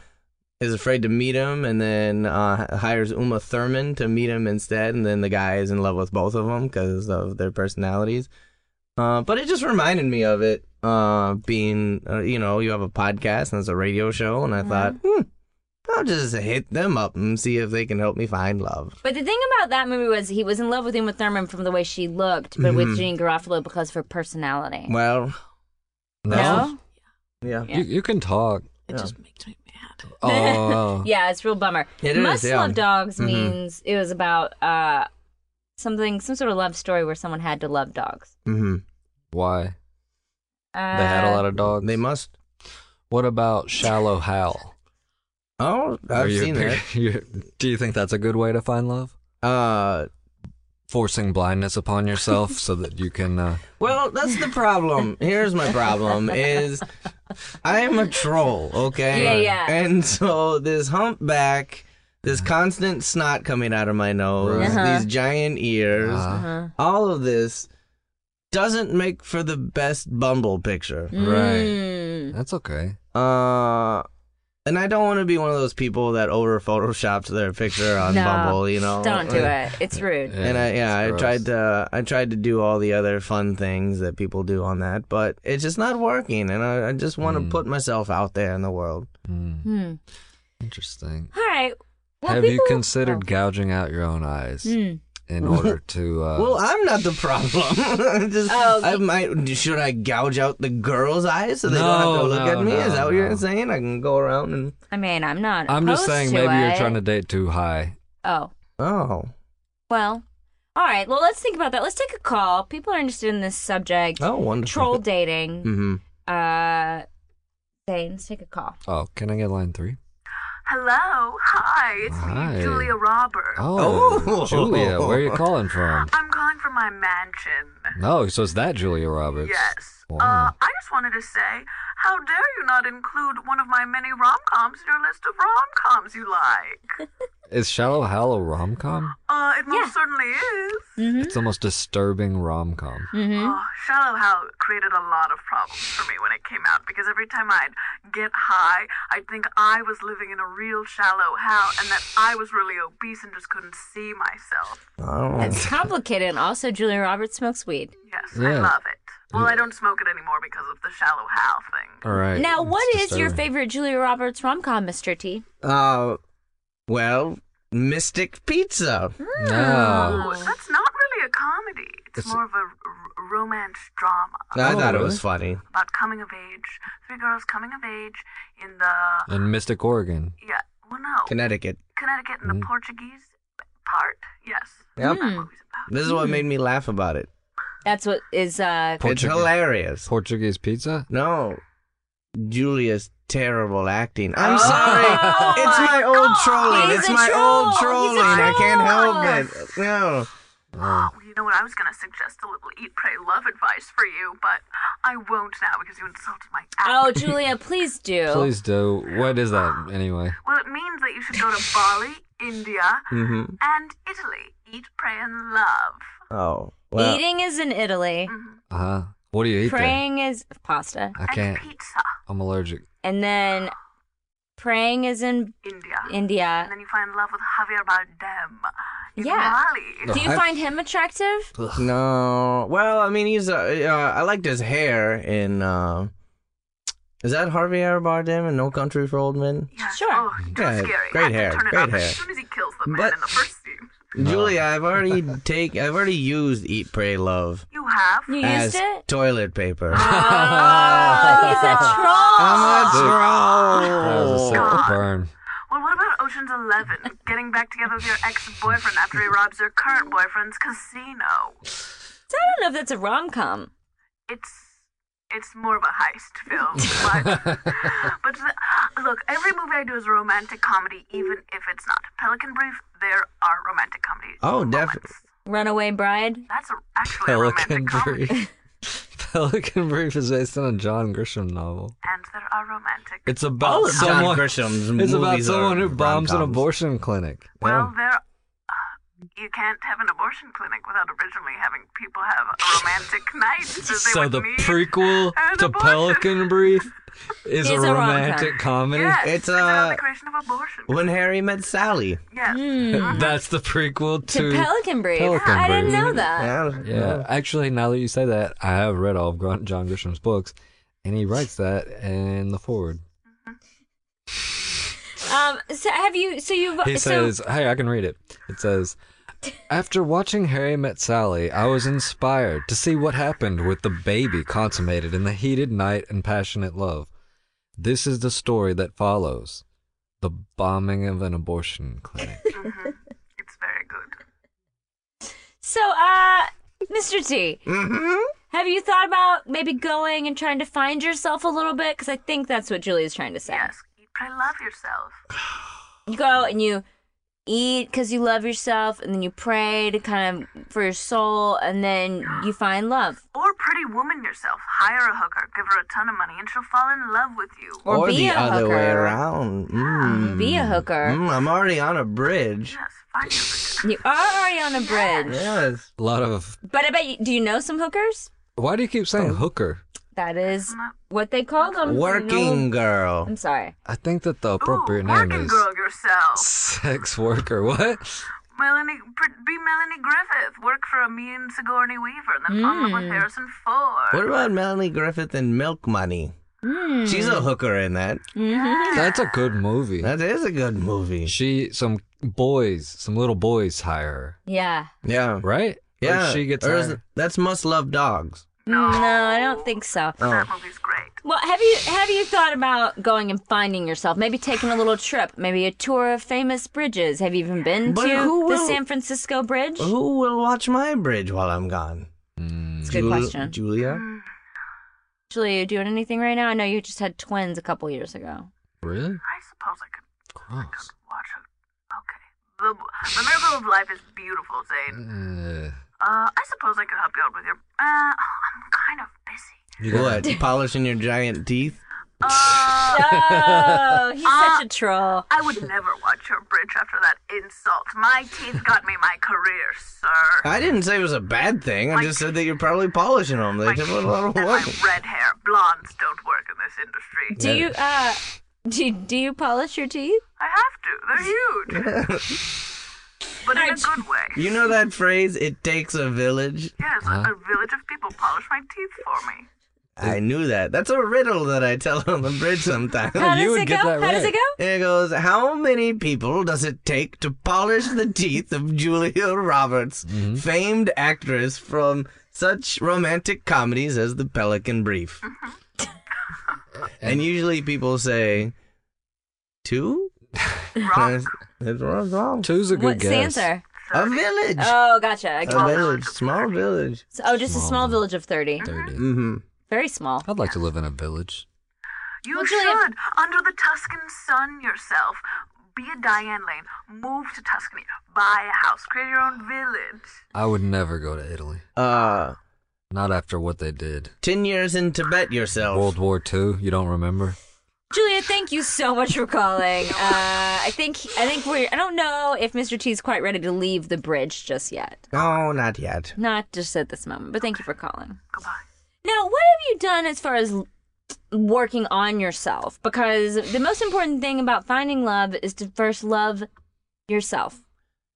Speaker 3: is afraid to meet him, and then uh, h- hires Uma Thurman to meet him instead, and then the guy is in love with both of them because of their personalities. Uh, but it just reminded me of it uh, being, uh, you know, you have a podcast and it's a radio show, and I thought, hmm, I'll just hit them up and see if they can help me find love.
Speaker 1: But the thing about that movie was he was in love with Uma Thurman from the way she looked, but
Speaker 2: Mm-hmm.
Speaker 1: with Jean Garofalo because of her personality.
Speaker 3: Well,
Speaker 1: No?
Speaker 3: yeah.
Speaker 2: You, you can talk.
Speaker 4: It just makes me mad.
Speaker 2: Oh, oh.
Speaker 1: Yeah, it's a real bummer.
Speaker 3: It is,
Speaker 1: Must
Speaker 3: yeah.
Speaker 1: Love Dogs
Speaker 2: Mm-hmm.
Speaker 1: means it was about uh, something, some sort of love story where someone had to love dogs.
Speaker 3: hmm
Speaker 2: why?
Speaker 1: Uh,
Speaker 2: They had a lot of dogs.
Speaker 3: They must.
Speaker 2: What about Shallow Hal?
Speaker 3: Oh,
Speaker 2: Are
Speaker 3: I've
Speaker 2: you
Speaker 3: seen
Speaker 2: pick-
Speaker 3: that.
Speaker 2: you- do you think that's a good way to find love?
Speaker 3: Uh,
Speaker 2: Forcing blindness upon yourself so that you can. Uh,
Speaker 3: Well, that's the problem. Here's my problem is I'm a troll, okay?
Speaker 1: Yeah, yeah.
Speaker 3: And so this humpback, this constant snot coming out of my nose,
Speaker 1: Uh-huh. Ah.
Speaker 3: these giant ears,
Speaker 2: uh,
Speaker 3: all of this doesn't make for the best bumble picture.
Speaker 2: Right.
Speaker 1: Mm.
Speaker 2: That's okay.
Speaker 3: Uh and I don't want to be one of those people that over photoshops their picture on
Speaker 1: No,
Speaker 3: Bumble, you know.
Speaker 1: Don't do it. It's rude.
Speaker 3: and I yeah, I
Speaker 2: it's
Speaker 3: tried
Speaker 2: gross.
Speaker 3: to I tried to do all the other fun things that people do on that, but it's just not working, and I, I just want to
Speaker 2: Mm.
Speaker 3: put myself out there in the world.
Speaker 2: Hmm,
Speaker 1: Hmm.
Speaker 2: interesting.
Speaker 1: All right. Well,
Speaker 2: Have you
Speaker 1: people-
Speaker 2: considered gouging out your own eyes
Speaker 1: Oh. Hmm.
Speaker 2: in order to? Uh,
Speaker 3: Well, I'm not the problem. just
Speaker 1: Oh,
Speaker 3: I
Speaker 1: you-
Speaker 3: might should I gouge out the girls' eyes so they don't have to
Speaker 2: No,
Speaker 3: look
Speaker 2: no,
Speaker 3: at me?
Speaker 2: no,
Speaker 3: Is that what you're
Speaker 2: no.
Speaker 3: saying? I can go around and
Speaker 1: I mean, I'm not.
Speaker 2: I'm
Speaker 1: opposed
Speaker 2: just saying
Speaker 1: to
Speaker 2: maybe
Speaker 1: it.
Speaker 2: you're trying to date too high.
Speaker 1: Oh.
Speaker 3: oh
Speaker 1: Well, all right. Well, let's think about that. Let's take a call. People are interested in this subject.
Speaker 3: oh wonderful
Speaker 1: Troll dating.
Speaker 3: Mm-hmm.
Speaker 2: Hmm.
Speaker 1: Uh, Zane, let's take a call.
Speaker 2: Oh, can I get line three?
Speaker 4: Hello. Hi. It's
Speaker 2: Hi.
Speaker 4: me, Julia Roberts.
Speaker 2: Oh,
Speaker 3: Oh.
Speaker 2: Julia, where are you calling from?
Speaker 4: I'm calling from my mansion.
Speaker 2: No, so it's that Julia Roberts.
Speaker 4: Yes. Uh,
Speaker 2: Wow.
Speaker 4: I just wanted to say, how dare you not include one of my many rom coms in your list of rom coms you like?
Speaker 2: Is Shallow Hal a rom com?
Speaker 4: Uh, it most
Speaker 1: Yeah.
Speaker 4: certainly is.
Speaker 2: It's the most disturbing rom com.
Speaker 1: Mm-hmm.
Speaker 4: Oh, Shallow Hal created a lot of problems for me when it came out because every time I'd get high, I'd think I was living in a real shallow hell and that I was really obese and just couldn't see myself.
Speaker 3: Oh.
Speaker 1: It's complicated. And also, Julia Roberts smokes weed.
Speaker 4: Yes, I
Speaker 2: Yeah.
Speaker 4: love it. Well, I don't smoke it anymore because of the Shallow Hal thing.
Speaker 2: All right.
Speaker 1: Now, what
Speaker 2: it's
Speaker 1: is your
Speaker 2: disturbing.
Speaker 1: favorite Julia Roberts rom com, Mr. T?
Speaker 3: Uh, well, Mystic Pizza.
Speaker 1: Oh.
Speaker 2: No.
Speaker 4: Ooh, that's not really a comedy. It's,
Speaker 2: It's-
Speaker 4: more of a r- romance drama
Speaker 3: I
Speaker 2: Oh,
Speaker 3: thought it
Speaker 2: really?
Speaker 3: was funny.
Speaker 4: about coming of age. Three girls coming of age in the
Speaker 2: In Mystic, Oregon.
Speaker 4: yeah. Well, no,
Speaker 3: Connecticut.
Speaker 4: Connecticut in the
Speaker 3: Mm.
Speaker 4: Portuguese part. Yes.
Speaker 3: Yep.
Speaker 4: That
Speaker 1: Hmm.
Speaker 4: movie's about.
Speaker 3: This is what made me laugh about it.
Speaker 1: That's what is. uh
Speaker 2: Portuguese.
Speaker 3: It's hilarious.
Speaker 2: Portuguese pizza?
Speaker 3: No. Julia's terrible acting. I'm sorry. It's my, old trolling.
Speaker 1: Oh He's
Speaker 3: it's
Speaker 1: a
Speaker 3: my old
Speaker 1: troll.
Speaker 3: trolling.
Speaker 1: He's a
Speaker 3: I can't
Speaker 1: troll.
Speaker 3: help it. No.
Speaker 4: Well, you know what? I was gonna suggest a little eat, pray, love advice for you, but I won't now because you insulted my.
Speaker 1: Oh,
Speaker 4: appetite.
Speaker 1: Julia, please do.
Speaker 2: Please do. What is that anyway?
Speaker 4: Well, it means that you should go to Bali, India,
Speaker 3: Mm-hmm.
Speaker 4: and Italy. Eat, pray, and love.
Speaker 3: Oh. Well,
Speaker 1: Eating is in Italy.
Speaker 2: Uh huh. What do you eat there?
Speaker 1: Praying is pasta.
Speaker 2: I
Speaker 4: And
Speaker 2: can't.
Speaker 4: pizza,
Speaker 2: I'm allergic.
Speaker 1: And then praying is in
Speaker 4: India.
Speaker 1: India.
Speaker 4: and then you find love with Javier Bardem in
Speaker 1: Yeah.
Speaker 4: Bali.
Speaker 1: Do you
Speaker 3: I-
Speaker 1: find him attractive?
Speaker 3: no. Well, I mean, he's. Uh, uh, I liked his hair in. Uh, um, Is that Harvey Bardem in No Country for Old Men?
Speaker 1: Sure.
Speaker 4: Oh, too
Speaker 3: Yeah,
Speaker 4: scary.
Speaker 3: great
Speaker 4: I have to
Speaker 3: hair,
Speaker 4: Turn it
Speaker 3: great
Speaker 4: off
Speaker 3: hair.
Speaker 4: As soon as he kills the man
Speaker 3: But-
Speaker 4: in the first scene.
Speaker 3: Julia, I've already take I've already used Eat Pray Love
Speaker 4: You have.
Speaker 1: You
Speaker 3: as
Speaker 1: used it?
Speaker 3: toilet paper.
Speaker 1: Oh, he's a troll.
Speaker 3: I'm a
Speaker 2: Dude. That
Speaker 1: Oh.
Speaker 3: troll.
Speaker 2: was a sick
Speaker 4: God.
Speaker 2: burn.
Speaker 4: Well, what about Ocean's Eleven? Getting back together with your ex-boyfriend after he robs your current boyfriend's casino.
Speaker 1: So I don't know if that's a rom com.
Speaker 4: It's it's more of a heist film, but but the, look, every movie I do is a romantic comedy, even if it's not. Pelican Brief, there are romantic comedy.
Speaker 3: Oh, def-
Speaker 4: moments.
Speaker 1: Runaway Bride.
Speaker 4: That's a, actually a
Speaker 2: Pelican
Speaker 4: romantic comedy,
Speaker 2: Brief. Pelican Brief is based on a John Grisham novel.
Speaker 4: and there are romantic.
Speaker 3: It's about
Speaker 2: All of
Speaker 3: John
Speaker 2: John-
Speaker 3: Grisham's
Speaker 2: It's
Speaker 3: movies
Speaker 2: about
Speaker 3: are
Speaker 2: someone who bombs an
Speaker 3: rom-coms.
Speaker 2: abortion clinic.
Speaker 4: Well,
Speaker 2: Yeah.
Speaker 4: there. uh, You can't have an abortion clinic without originally having people have a romantic night. So, they
Speaker 2: So
Speaker 4: would
Speaker 2: the
Speaker 4: need
Speaker 2: prequel
Speaker 4: an
Speaker 2: to
Speaker 4: abortion.
Speaker 2: Pelican Brief is
Speaker 1: Is
Speaker 2: a
Speaker 1: a rom-com.
Speaker 2: romantic comedy.
Speaker 4: Yes,
Speaker 3: It's,
Speaker 4: it's about
Speaker 3: uh,
Speaker 4: the creation of abortion.
Speaker 3: When Harry Met Sally.
Speaker 4: yes. Mm-hmm.
Speaker 2: That's the prequel
Speaker 1: To
Speaker 2: to.
Speaker 1: Pelican Brief.
Speaker 2: Pelican
Speaker 1: I didn't
Speaker 2: Brief.
Speaker 1: know that.
Speaker 3: Yeah.
Speaker 2: yeah, actually, now that you say that, I have read all of Gr- John Grisham's books, and he writes that in the forward.
Speaker 1: Um, so have you? So you've.
Speaker 2: He
Speaker 1: so,
Speaker 2: says, "Hey, I can read it." It says, "After watching Harry Met Sally, I was inspired to see what happened with the baby consummated in the heated night and passionate love. This is the story that follows: the bombing of an abortion clinic."
Speaker 4: Mm-hmm. It's very good.
Speaker 1: so uh, Mr. T.
Speaker 3: Mm-hmm.
Speaker 1: Have you thought about maybe going and trying to find yourself a little bit? Because I think that's what Julia's trying to say.
Speaker 4: Yes, you pray love yourself.
Speaker 1: You go and you eat because you love yourself, and then you pray to kind of for your soul, and then you find love.
Speaker 4: Or pretty woman yourself. Hire a hooker, give her a ton of money, and she'll fall in love with you.
Speaker 1: Or
Speaker 3: or
Speaker 1: be
Speaker 3: the
Speaker 1: a
Speaker 3: other
Speaker 1: hooker. Ah,
Speaker 3: way around. Mm.
Speaker 1: Be a hooker.
Speaker 3: Mm, I'm already on a bridge.
Speaker 4: Yes, find your hooker.
Speaker 1: You are already on a bridge.
Speaker 3: Yes.
Speaker 2: A lot of.
Speaker 1: But I bet you. Do you know some hookers?
Speaker 2: Why do you keep saying hooker?
Speaker 1: That is what they call them.
Speaker 3: Working girl.
Speaker 1: Um, I'm sorry.
Speaker 2: I think that the appropriate
Speaker 4: Ooh,
Speaker 2: name
Speaker 4: working
Speaker 2: is
Speaker 4: girl yourself.
Speaker 2: sex worker. What?
Speaker 4: Melanie, pr- be Melanie Griffith. Work for a mean Sigourney Weaver, and then on with Harrison Ford.
Speaker 3: What about Melanie Griffith and Milk Money?
Speaker 1: Hmm.
Speaker 3: She's a hooker in that.
Speaker 2: That's a good movie.
Speaker 3: That is a good movie.
Speaker 2: She some boys, some little boys hire
Speaker 1: Yeah.
Speaker 3: Yeah.
Speaker 2: her, right? Or
Speaker 3: Yeah.
Speaker 2: she gets
Speaker 3: Or is
Speaker 2: hired.
Speaker 3: it- that's Must Love Dogs.
Speaker 1: No, I don't think so.
Speaker 2: Oh.
Speaker 4: That movie's great.
Speaker 1: Well, have you have you thought about going and finding yourself? Maybe taking a little trip, maybe a tour of famous bridges. Have you even been
Speaker 3: But
Speaker 1: to
Speaker 3: who
Speaker 1: the
Speaker 3: will-
Speaker 1: San Francisco Bridge?
Speaker 2: Oh.
Speaker 3: Who will watch my bridge while I'm gone?
Speaker 1: It's a good
Speaker 3: Jul-
Speaker 1: question.
Speaker 3: Julia?
Speaker 1: Actually, are you doing anything right now? I know you just had twins a couple years ago.
Speaker 2: Really?
Speaker 4: I suppose I could
Speaker 2: Gross.
Speaker 4: watch it. Okay. The, the miracle of life is beautiful,
Speaker 2: Uh,
Speaker 4: Zane. Uh, I suppose I could help you out with your. Uh, oh, I'm kind of busy.
Speaker 2: you got-
Speaker 3: What? polishing your giant teeth?
Speaker 4: Uh,
Speaker 1: Oh, he's such a troll.
Speaker 4: I would never watch your bridge after that insult. My teeth got me my career, sir.
Speaker 3: I didn't say it was a bad thing. I just said that you're probably polishing them. They
Speaker 4: My
Speaker 3: took a lot of
Speaker 4: and my
Speaker 3: work.
Speaker 4: red hair. Blondes don't work in this industry.
Speaker 1: Do you uh do do you polish your teeth?
Speaker 4: I have to. They're huge. but in a good way.
Speaker 3: You know that phrase, it takes a village?
Speaker 4: Yes, a- a village of people polish my teeth for me.
Speaker 3: I knew that. That's a riddle that I tell on the bridge sometimes.
Speaker 1: How
Speaker 2: you
Speaker 1: does
Speaker 2: would
Speaker 1: it
Speaker 2: get
Speaker 1: go?
Speaker 2: that
Speaker 1: How does
Speaker 2: right.
Speaker 1: it go?
Speaker 3: It goes, How many people does it take to polish the teeth of Julia Roberts, famed actress from such romantic comedies as The Pelican Brief? and usually people say, Two?
Speaker 4: Wrong.
Speaker 3: That's wrong. wrong.
Speaker 2: Two's a
Speaker 1: What's
Speaker 2: good
Speaker 1: the
Speaker 2: guess.
Speaker 1: answer?
Speaker 3: A village.
Speaker 1: Oh, gotcha. I
Speaker 3: a
Speaker 1: got it.
Speaker 3: village. Small village.
Speaker 1: So- Oh, just a small
Speaker 2: Small.
Speaker 1: village of 30.
Speaker 2: 30.
Speaker 3: Mm-hmm.
Speaker 1: Very small.
Speaker 2: I'd like to live in a village.
Speaker 4: You
Speaker 1: Well,
Speaker 4: should.
Speaker 1: Julia-
Speaker 4: Under the Tuscan sun yourself. Be a Diane Lane. Move to Tuscany. Buy a house. Create your own village.
Speaker 2: I would never go to Italy.
Speaker 3: Uh,
Speaker 2: Not after what they did.
Speaker 3: 10 years in Tibet yourself.
Speaker 2: World War II, you don't remember?
Speaker 1: Julia, thank you so much for calling. Uh, I think I think we're I don't know if Mr. T's quite ready to leave the bridge just yet.
Speaker 3: No, Oh, not yet.
Speaker 1: Not just at this moment, but thank you for calling.
Speaker 4: Goodbye.
Speaker 1: Now, what have you done as far as l- working on yourself? Because the most important thing about finding love is to first love yourself.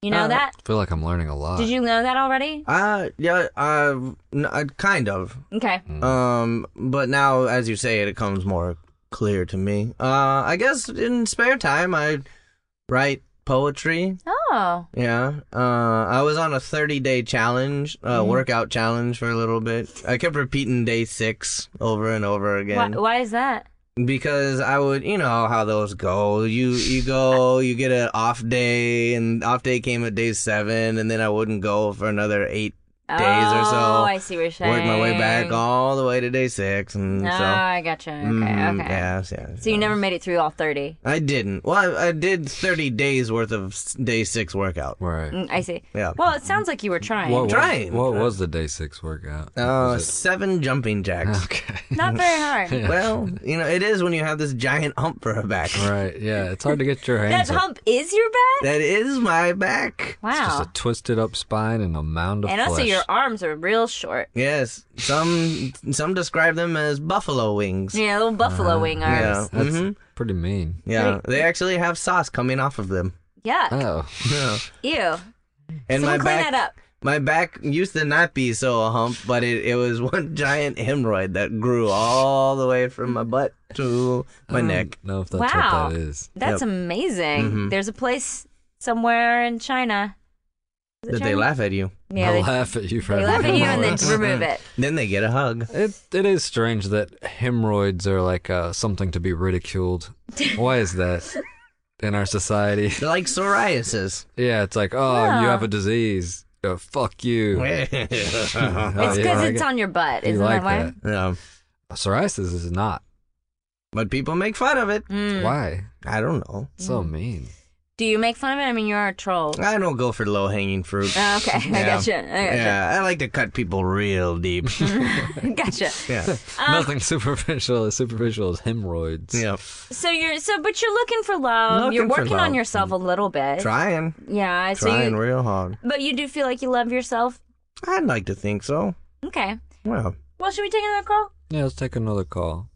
Speaker 1: You know
Speaker 3: Uh,
Speaker 1: that?
Speaker 2: I feel like I'm learning a lot.
Speaker 1: Did you know that already?
Speaker 3: Uh, yeah, uh, n- uh, kind of.
Speaker 1: Okay.
Speaker 3: Um, but now, as you say it, it comes more clear to me. Uh, I guess in spare time I write poetry.
Speaker 1: Oh.
Speaker 3: Yeah. Uh, I was on a 30 day challenge, uh, workout challenge for a little bit. I kept repeating day six over and over
Speaker 1: Why,
Speaker 3: again
Speaker 1: why is that?
Speaker 3: because I would, you know how those go. You you go, you get an off day, and off day came at day seven, and then I wouldn't go for another eight. Days or so.
Speaker 1: Oh, I see what you're saying.
Speaker 3: Worked my way back all the way to day six, and
Speaker 1: Oh,
Speaker 3: so
Speaker 1: I gotcha. Okay,
Speaker 3: Mm,
Speaker 1: okay.
Speaker 3: yes, yes,
Speaker 1: So you
Speaker 3: yes.
Speaker 1: never made it through all 30.
Speaker 3: I didn't. Well, I, I did 30 days worth of s- day six workout.
Speaker 2: Right.
Speaker 1: Mm, I see.
Speaker 3: Yeah.
Speaker 1: Well, it sounds like you were trying.
Speaker 2: What,
Speaker 3: trying.
Speaker 2: What, what was the day six workout?
Speaker 3: Uh,
Speaker 2: Was
Speaker 3: seven jumping
Speaker 2: it-
Speaker 3: jacks.
Speaker 2: Oh, okay.
Speaker 1: Not very hard.
Speaker 2: Yeah.
Speaker 3: well, you know, it is when you have this giant hump for a back.
Speaker 2: Right. Yeah. It's hard to get your
Speaker 1: That
Speaker 2: hands up.
Speaker 1: hump is your back?
Speaker 3: That is my back.
Speaker 1: Wow.
Speaker 2: It's just a twisted up spine and a mound of
Speaker 1: and
Speaker 2: flesh.
Speaker 1: also, your arms are real short.
Speaker 3: Yes. Some some describe them as buffalo wings.
Speaker 1: Yeah, little buffalo wing
Speaker 3: Yeah.
Speaker 1: arms.
Speaker 2: Uh-huh. That's
Speaker 3: Mhm.
Speaker 2: pretty mean.
Speaker 3: Yeah. They actually have sauce coming off of them.
Speaker 1: Yeah.
Speaker 2: Oh.
Speaker 3: Yeah.
Speaker 1: Ew.
Speaker 3: And
Speaker 1: Someone
Speaker 3: my
Speaker 1: clean
Speaker 3: back
Speaker 1: that up.
Speaker 3: my back used to not be so a hump, but it, it was one giant hemorrhoid that grew all the way from my butt to my
Speaker 1: Oh.
Speaker 2: I don't
Speaker 3: neck.
Speaker 2: know if that's
Speaker 1: Wow.
Speaker 2: what that is.
Speaker 1: That's
Speaker 3: Yep.
Speaker 1: amazing.
Speaker 3: Mhm.
Speaker 1: There's a place somewhere in China. Is it
Speaker 3: That they
Speaker 1: China?
Speaker 3: laugh at you.
Speaker 1: Yeah,
Speaker 2: They'll
Speaker 1: they,
Speaker 2: laugh at you for
Speaker 1: they laugh at you and
Speaker 2: everything.
Speaker 1: then remove it.
Speaker 3: Then they get a hug.
Speaker 2: It it is strange that hemorrhoids are like uh, something to be ridiculed. Why is that in our society?
Speaker 3: They're like psoriasis.
Speaker 2: Yeah, it's like oh, you
Speaker 1: Yeah.
Speaker 2: have a disease. Oh, fuck you. Uh,
Speaker 3: yeah.
Speaker 1: It's because
Speaker 2: Oh, yeah, I
Speaker 1: it's
Speaker 2: get-
Speaker 1: on your butt,
Speaker 2: you
Speaker 1: isn't
Speaker 2: like
Speaker 1: that why?
Speaker 2: that? Psoriasis is not.
Speaker 3: But people make fun of it.
Speaker 1: Mm.
Speaker 2: Why?
Speaker 3: I don't know.
Speaker 2: So
Speaker 1: Hmm.
Speaker 2: mean.
Speaker 1: Do you make fun of it? I mean, you are a troll.
Speaker 3: I don't go for low hanging fruit.
Speaker 1: Oh, okay, I gotcha. I gotcha.
Speaker 3: Yeah, I like to cut people real deep.
Speaker 1: gotcha.
Speaker 3: yeah.
Speaker 1: Um,
Speaker 2: Nothing superficial as superficial as hemorrhoids.
Speaker 3: Yeah.
Speaker 1: So you're so, but you're looking for love.
Speaker 3: Looking
Speaker 1: you're
Speaker 3: for
Speaker 1: working on
Speaker 3: love.
Speaker 1: yourself a little bit.
Speaker 3: Trying.
Speaker 1: Yeah. So
Speaker 3: Trying
Speaker 1: you,
Speaker 3: real hard.
Speaker 1: but you do feel like you love yourself.
Speaker 3: I'd like to think so.
Speaker 1: Okay.
Speaker 3: Well,
Speaker 1: Well, should we take another call?
Speaker 2: Yeah, let's take another call.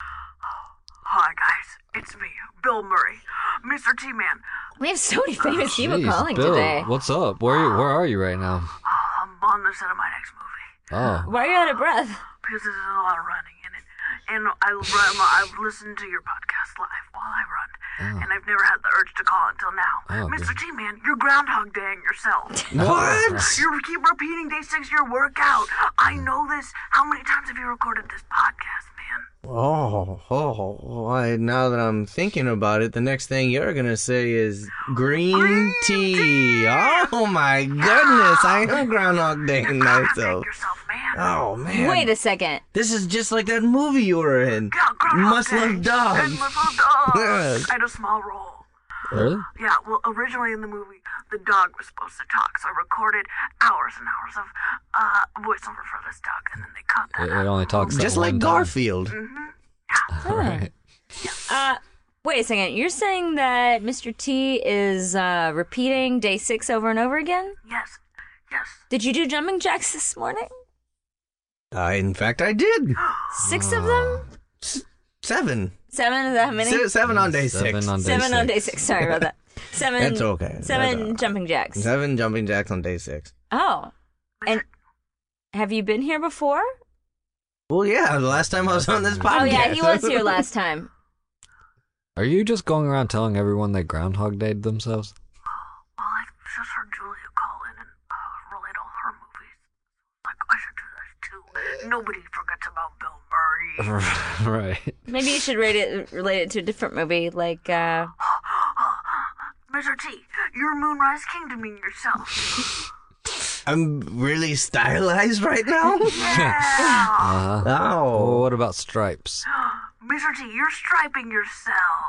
Speaker 4: Hi, guys. It's me, Bill Murray. Mr. T Man,
Speaker 1: We have so many
Speaker 3: Oh,
Speaker 1: famous people
Speaker 2: Jeez,
Speaker 1: calling
Speaker 2: Bill,
Speaker 1: today.
Speaker 2: What's up? Where you- where are you right now?
Speaker 4: Oh, I'm on the set of my next movie
Speaker 2: Oh.
Speaker 1: Why are you out of breath?
Speaker 4: because there's a lot of running in it. And I run, I've listened to your podcast live while I run, and I've never had the urge to call until now.
Speaker 2: Oh,
Speaker 4: Mr. T Man, you're groundhog daying yourself.
Speaker 1: Oh.
Speaker 3: what?
Speaker 4: You keep repeating day six of your workout. I know this. How many times have you recorded this podcast, man?
Speaker 3: Oh, oh, why, now that I'm thinking about it, the next thing you're going to say is green, tea. Oh my goodness, I am Groundhog Daying myself.
Speaker 4: Groundhog yourself, man.
Speaker 3: Oh man.
Speaker 1: Wait a second.
Speaker 3: This is just like that movie you were in.
Speaker 4: Yeah, Groundhog
Speaker 3: Must love
Speaker 4: Day.
Speaker 3: dog.
Speaker 4: And Muscle Dog.
Speaker 3: Yes.
Speaker 4: I had a small role.
Speaker 2: Really?
Speaker 4: Yeah, well, originally in the movie, the dog was supposed to talk, so I recorded hours and hours of uh, voiceover for this dog, and then they cut
Speaker 2: It,
Speaker 4: that.
Speaker 2: it only talks that
Speaker 3: Just like
Speaker 2: one time.
Speaker 3: Garfield.
Speaker 2: All right.
Speaker 1: Uh, wait a second. You're saying that Mr. T is uh, repeating day six over and over again?
Speaker 4: Yes, yes.
Speaker 1: Did you do jumping jacks this morning?
Speaker 3: Uh, in fact, I did.
Speaker 1: Six of them?
Speaker 3: Seven.
Speaker 1: Seven of that many?
Speaker 3: Se- seven on day
Speaker 2: Seven
Speaker 3: six.
Speaker 2: on day
Speaker 1: Seven
Speaker 2: six.
Speaker 1: on day six. Sorry about that. Seven.
Speaker 3: That's okay.
Speaker 1: Seven
Speaker 3: That's, uh,
Speaker 1: jumping jacks.
Speaker 3: Seven jumping jacks on day six.
Speaker 1: Oh, and have you been here before?
Speaker 3: Well, yeah, the last time I was on this podcast.
Speaker 1: Oh yeah, he was here last time.
Speaker 2: Are you just going around telling everyone they Groundhog Dayed themselves?
Speaker 4: Well, I just heard Julia call in and uh, relate all her movies. Like, I should do this too. Nobody forgets about Bill Murray.
Speaker 2: right.
Speaker 1: Maybe you should rate it, relate it to a different movie, like uh,
Speaker 4: Mr. T, you're Moonrise Kingdom in yourself.
Speaker 3: I'm really stylized right now.
Speaker 4: Yeah.
Speaker 2: Uh-huh. Well,
Speaker 3: Oh,
Speaker 2: what about stripes?
Speaker 4: Mr. T, you're striping yourself.